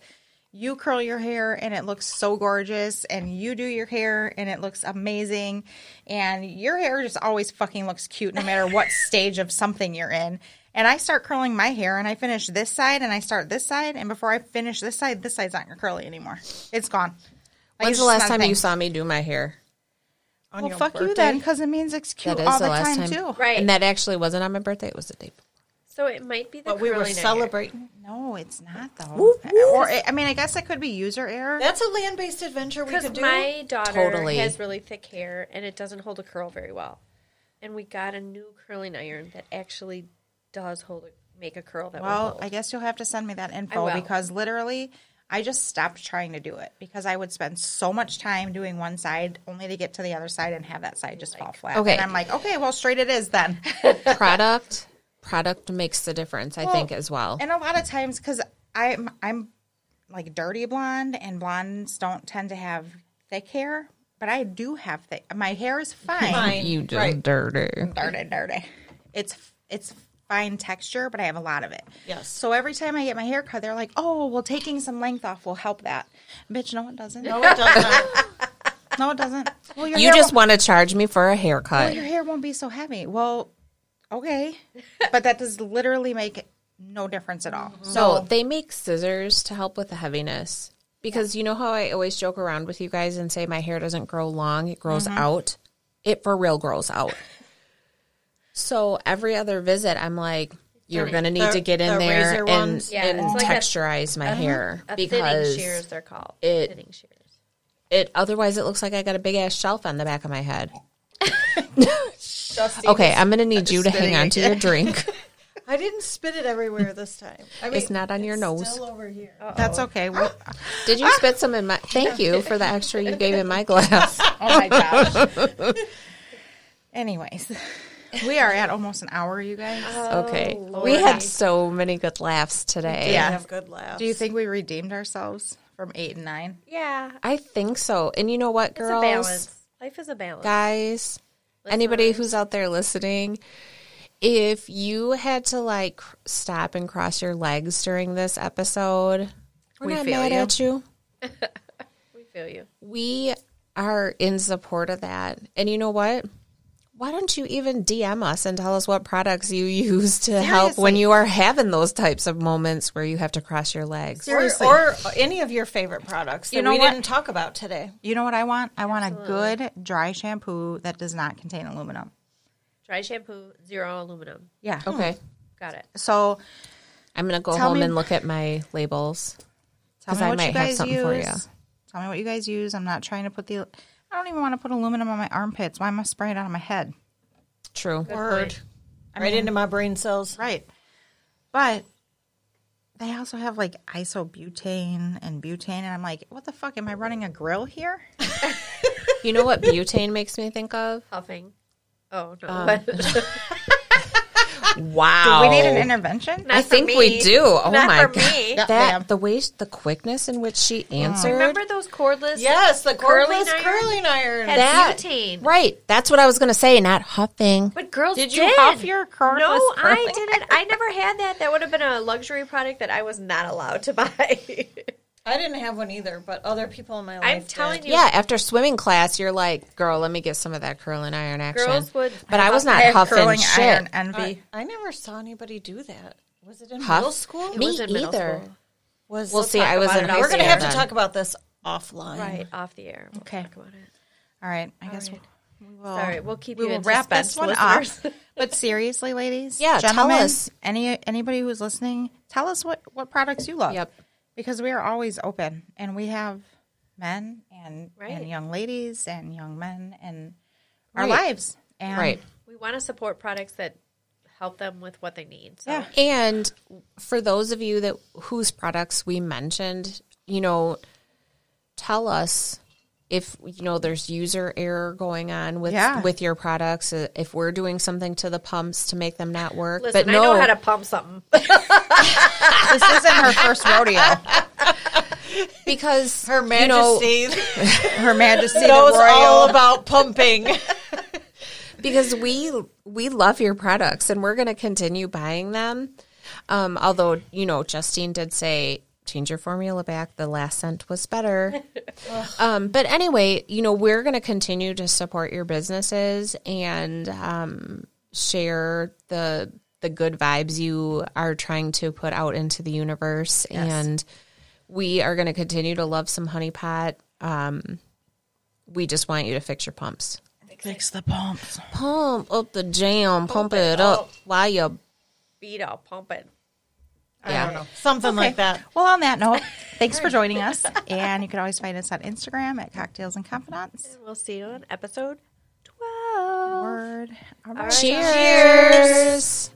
Speaker 3: you curl your hair and it looks so gorgeous, and you do your hair and it looks amazing, and your hair just always fucking looks cute no matter what stage of something you're in. And I start curling my hair, and I finish this side, and I start this side, and before I finish this side, this side's not curly anymore. It's gone. Like,
Speaker 4: When's
Speaker 3: it's just
Speaker 4: the last
Speaker 3: not a
Speaker 4: time you
Speaker 3: thing.
Speaker 4: saw me do my hair?
Speaker 5: on
Speaker 3: Well,
Speaker 5: your
Speaker 3: fuck you
Speaker 5: birthday.
Speaker 3: then, because it means it's cute
Speaker 4: That is
Speaker 3: all
Speaker 4: Oh, the
Speaker 3: the,
Speaker 4: last
Speaker 3: time,
Speaker 4: time.
Speaker 3: too.
Speaker 2: Right.
Speaker 4: And that actually wasn't on my birthday. It was the day.
Speaker 2: so it might be the
Speaker 5: But we were
Speaker 2: curling iron.
Speaker 5: celebrating.
Speaker 3: No, it's not though. Or I- I mean, I guess it could be user error.
Speaker 5: That's a land-based adventure we
Speaker 2: Because
Speaker 5: could do.
Speaker 2: my daughter
Speaker 4: Totally.
Speaker 2: has really thick hair and it doesn't hold a curl very well. And we got a new curling iron that actually does hold a, make a curl that will
Speaker 3: well,
Speaker 2: hold.
Speaker 3: I guess you'll have to send me that
Speaker 2: I
Speaker 3: info
Speaker 2: will.
Speaker 3: because literally, I just stopped trying to do it because I would spend so much time doing one side only to get to the other side and have that side just fall flat.
Speaker 4: Okay.
Speaker 3: and I'm like, okay, well, straight it is then.
Speaker 4: Product, product makes the difference, I think, as well.
Speaker 3: And a lot of times, because I'm I'm like dirty blonde, and blondes don't tend to have thick hair, but I do have thick. My hair is fine.
Speaker 5: Fine.
Speaker 4: You just dirty.
Speaker 3: dirty, dirty. It's it's fine texture, but I have a lot of it.
Speaker 5: Yes.
Speaker 3: So every time I get my hair cut, they're like, "Oh, well, taking some length off will help that." Bitch, no, it doesn't. No, no
Speaker 5: it doesn't.
Speaker 3: it doesn't. Well, your
Speaker 4: You
Speaker 3: hair
Speaker 4: just
Speaker 3: won't,
Speaker 4: want to charge me for a
Speaker 3: well,
Speaker 4: haircut.
Speaker 3: your hair won't be so heavy. Well, okay, but that does literally make no difference at all.
Speaker 4: So Oh, they make scissors to help with the heaviness because you know how I always joke around with you guys and say my hair doesn't grow long, it
Speaker 2: Mm-hmm.
Speaker 4: grows out. It for real grows out. so every other visit, I'm like, you're going to need
Speaker 5: the-
Speaker 4: to get in
Speaker 5: the
Speaker 4: there
Speaker 5: razor
Speaker 4: and,
Speaker 5: ones?
Speaker 2: Yeah,
Speaker 4: and
Speaker 2: it's like a- uh-huh,
Speaker 4: texturize my hair
Speaker 2: A
Speaker 4: because
Speaker 2: fitting shears, they're called.
Speaker 4: it-
Speaker 2: fitting shears.
Speaker 4: it otherwise it looks like I got a big ass shelf on the back of my head. okay, I'm going to need you to hang on to your drink.
Speaker 5: I didn't spit it everywhere this time. I mean,
Speaker 4: It's not on your nose.
Speaker 5: still over here.
Speaker 2: Oh.
Speaker 3: That's okay. Well,
Speaker 4: Did you spit some in my? Thank you for the extra you gave in my glass.
Speaker 3: oh my gosh. Anyways, we are at almost an hour, you guys.
Speaker 4: Okay, we had so many good laughs today.
Speaker 5: yeah.
Speaker 3: Yeah.
Speaker 5: have good laughs.
Speaker 3: Do you think we redeemed ourselves from eight and nine?
Speaker 2: Yeah,
Speaker 4: I think so. And you know what,
Speaker 2: it's a
Speaker 4: girls,
Speaker 2: balance. Life is a balance.
Speaker 4: guys, anybody who's out there listening, if you had to like cr- stop and cross your legs during this episode, we're
Speaker 3: We
Speaker 4: not
Speaker 3: feel
Speaker 4: mad
Speaker 3: you.
Speaker 4: at you.
Speaker 2: We feel you.
Speaker 4: we are in support of that. And you know what? Why don't you even DM us and tell us what products you use to help when you are having those types of moments where you have to cross your legs?
Speaker 5: Or, or any of your favorite products that
Speaker 3: know
Speaker 5: we
Speaker 3: what?
Speaker 5: didn't talk about today.
Speaker 3: You know what I want? I want a good dry shampoo that does not contain aluminum.
Speaker 2: Dry shampoo, zero aluminum.
Speaker 3: Yeah.
Speaker 4: Okay.
Speaker 2: Got it.
Speaker 3: So
Speaker 4: I'm going to go
Speaker 3: Tell
Speaker 4: home
Speaker 3: me-
Speaker 4: and look at my labels.
Speaker 3: tell
Speaker 4: 'Cause
Speaker 3: me
Speaker 4: I
Speaker 3: what
Speaker 4: might
Speaker 3: you
Speaker 4: have
Speaker 3: guys
Speaker 4: something
Speaker 3: use.
Speaker 4: for ya.
Speaker 3: Tell me what you guys use. I'm not trying to put the. I don't even want to put aluminum on my armpits. Why am I spraying it on my head?
Speaker 4: True.
Speaker 5: Word. right into my brain cells.
Speaker 3: Right. But they also have like isobutane and butane, and I'm like, what the fuck? Am I running a grill here?
Speaker 4: You know what butane makes me think of?
Speaker 2: Huffing. Oh no. but
Speaker 4: Wow.
Speaker 3: We need an intervention.
Speaker 4: I think we do. Oh
Speaker 2: Not
Speaker 4: my
Speaker 2: for
Speaker 4: god.
Speaker 2: me.
Speaker 4: That the way the quickness in which she
Speaker 3: Mm.
Speaker 4: answered.
Speaker 2: Remember those cordless?
Speaker 5: Yes, the
Speaker 2: Curling
Speaker 5: cordless
Speaker 2: iron?
Speaker 5: curling iron.
Speaker 2: Had
Speaker 4: That-
Speaker 2: butane.
Speaker 4: Right. That's what I was going to say, not huffing.
Speaker 2: But girls,
Speaker 3: Did
Speaker 2: did
Speaker 3: you huff your cordless
Speaker 2: No, I
Speaker 3: curling?
Speaker 2: didn't. I never had that. That would have been a luxury product that I was not allowed to buy.
Speaker 5: I didn't have one either, but other people in my life.
Speaker 2: I'm telling
Speaker 5: did.
Speaker 2: you,
Speaker 4: Yeah, after swimming class, you're like, girl, let me get some of that curling iron action.
Speaker 2: girls would.
Speaker 4: but I was not
Speaker 3: I have
Speaker 4: huffing
Speaker 3: curling
Speaker 4: shit.
Speaker 3: iron envy.
Speaker 5: I, I never saw anybody do that. Was it in
Speaker 4: Huff?
Speaker 5: middle school?
Speaker 4: Me
Speaker 2: was in middle
Speaker 4: either.
Speaker 2: school.
Speaker 5: Was
Speaker 4: Well, see, I was in high
Speaker 5: We're
Speaker 4: school.
Speaker 5: gonna have to
Speaker 4: then.
Speaker 5: talk about this offline.
Speaker 2: right off the air. We'll
Speaker 3: Okay.
Speaker 2: talk about it.
Speaker 3: All right. I guess we'll, we will.
Speaker 2: Sorry, we'll keep
Speaker 3: we
Speaker 2: you
Speaker 3: will
Speaker 2: in
Speaker 3: wrap
Speaker 2: suspense,
Speaker 3: this one
Speaker 2: listeners.
Speaker 3: up. But seriously, ladies,
Speaker 4: Yeah, tell
Speaker 3: gentlemen,
Speaker 4: us.
Speaker 3: any anybody who's listening, tell us what what products you love.
Speaker 4: Yep.
Speaker 3: Because we are always open, and we have men and
Speaker 2: Right.
Speaker 3: and young ladies and young men and our
Speaker 4: Right.
Speaker 3: lives. And
Speaker 4: Right.
Speaker 2: We want to support products that help them with what they need. So
Speaker 3: Yeah.
Speaker 4: And for those of you that whose products we mentioned, you know, tell us if you know there's user error going on with
Speaker 3: Yeah.
Speaker 4: with your products. uh, If we're doing something to the pumps to make them not work,
Speaker 2: listen,
Speaker 4: but no,
Speaker 2: I know how to pump something.
Speaker 3: this isn't her first rodeo.
Speaker 4: because
Speaker 5: Her
Speaker 4: you know,
Speaker 5: Majesty
Speaker 3: Her Majesty
Speaker 5: knows
Speaker 3: the Royal.
Speaker 5: all about pumping.
Speaker 4: because we we love your products and we're going to continue buying them. Um, although you know, Justine did say change your formula back. The last scent was better. um, but anyway, you know, we're going to continue to support your businesses and um, share the the good vibes you are trying to put out into the universe and. We are going to continue to love some honey pot. Um, we just want you to fix your pumps
Speaker 3: Fix the pumps.
Speaker 4: pump up the jam, pump, it, up. while you
Speaker 2: Beat all pumping.
Speaker 4: yeah.
Speaker 5: Something like that.
Speaker 3: Well, on that note, thanks for joining us. And you can always find us on Instagram at Cocktails and Confidants.
Speaker 2: We'll see you on episode twelve.
Speaker 3: Word. All right.
Speaker 4: Cheers.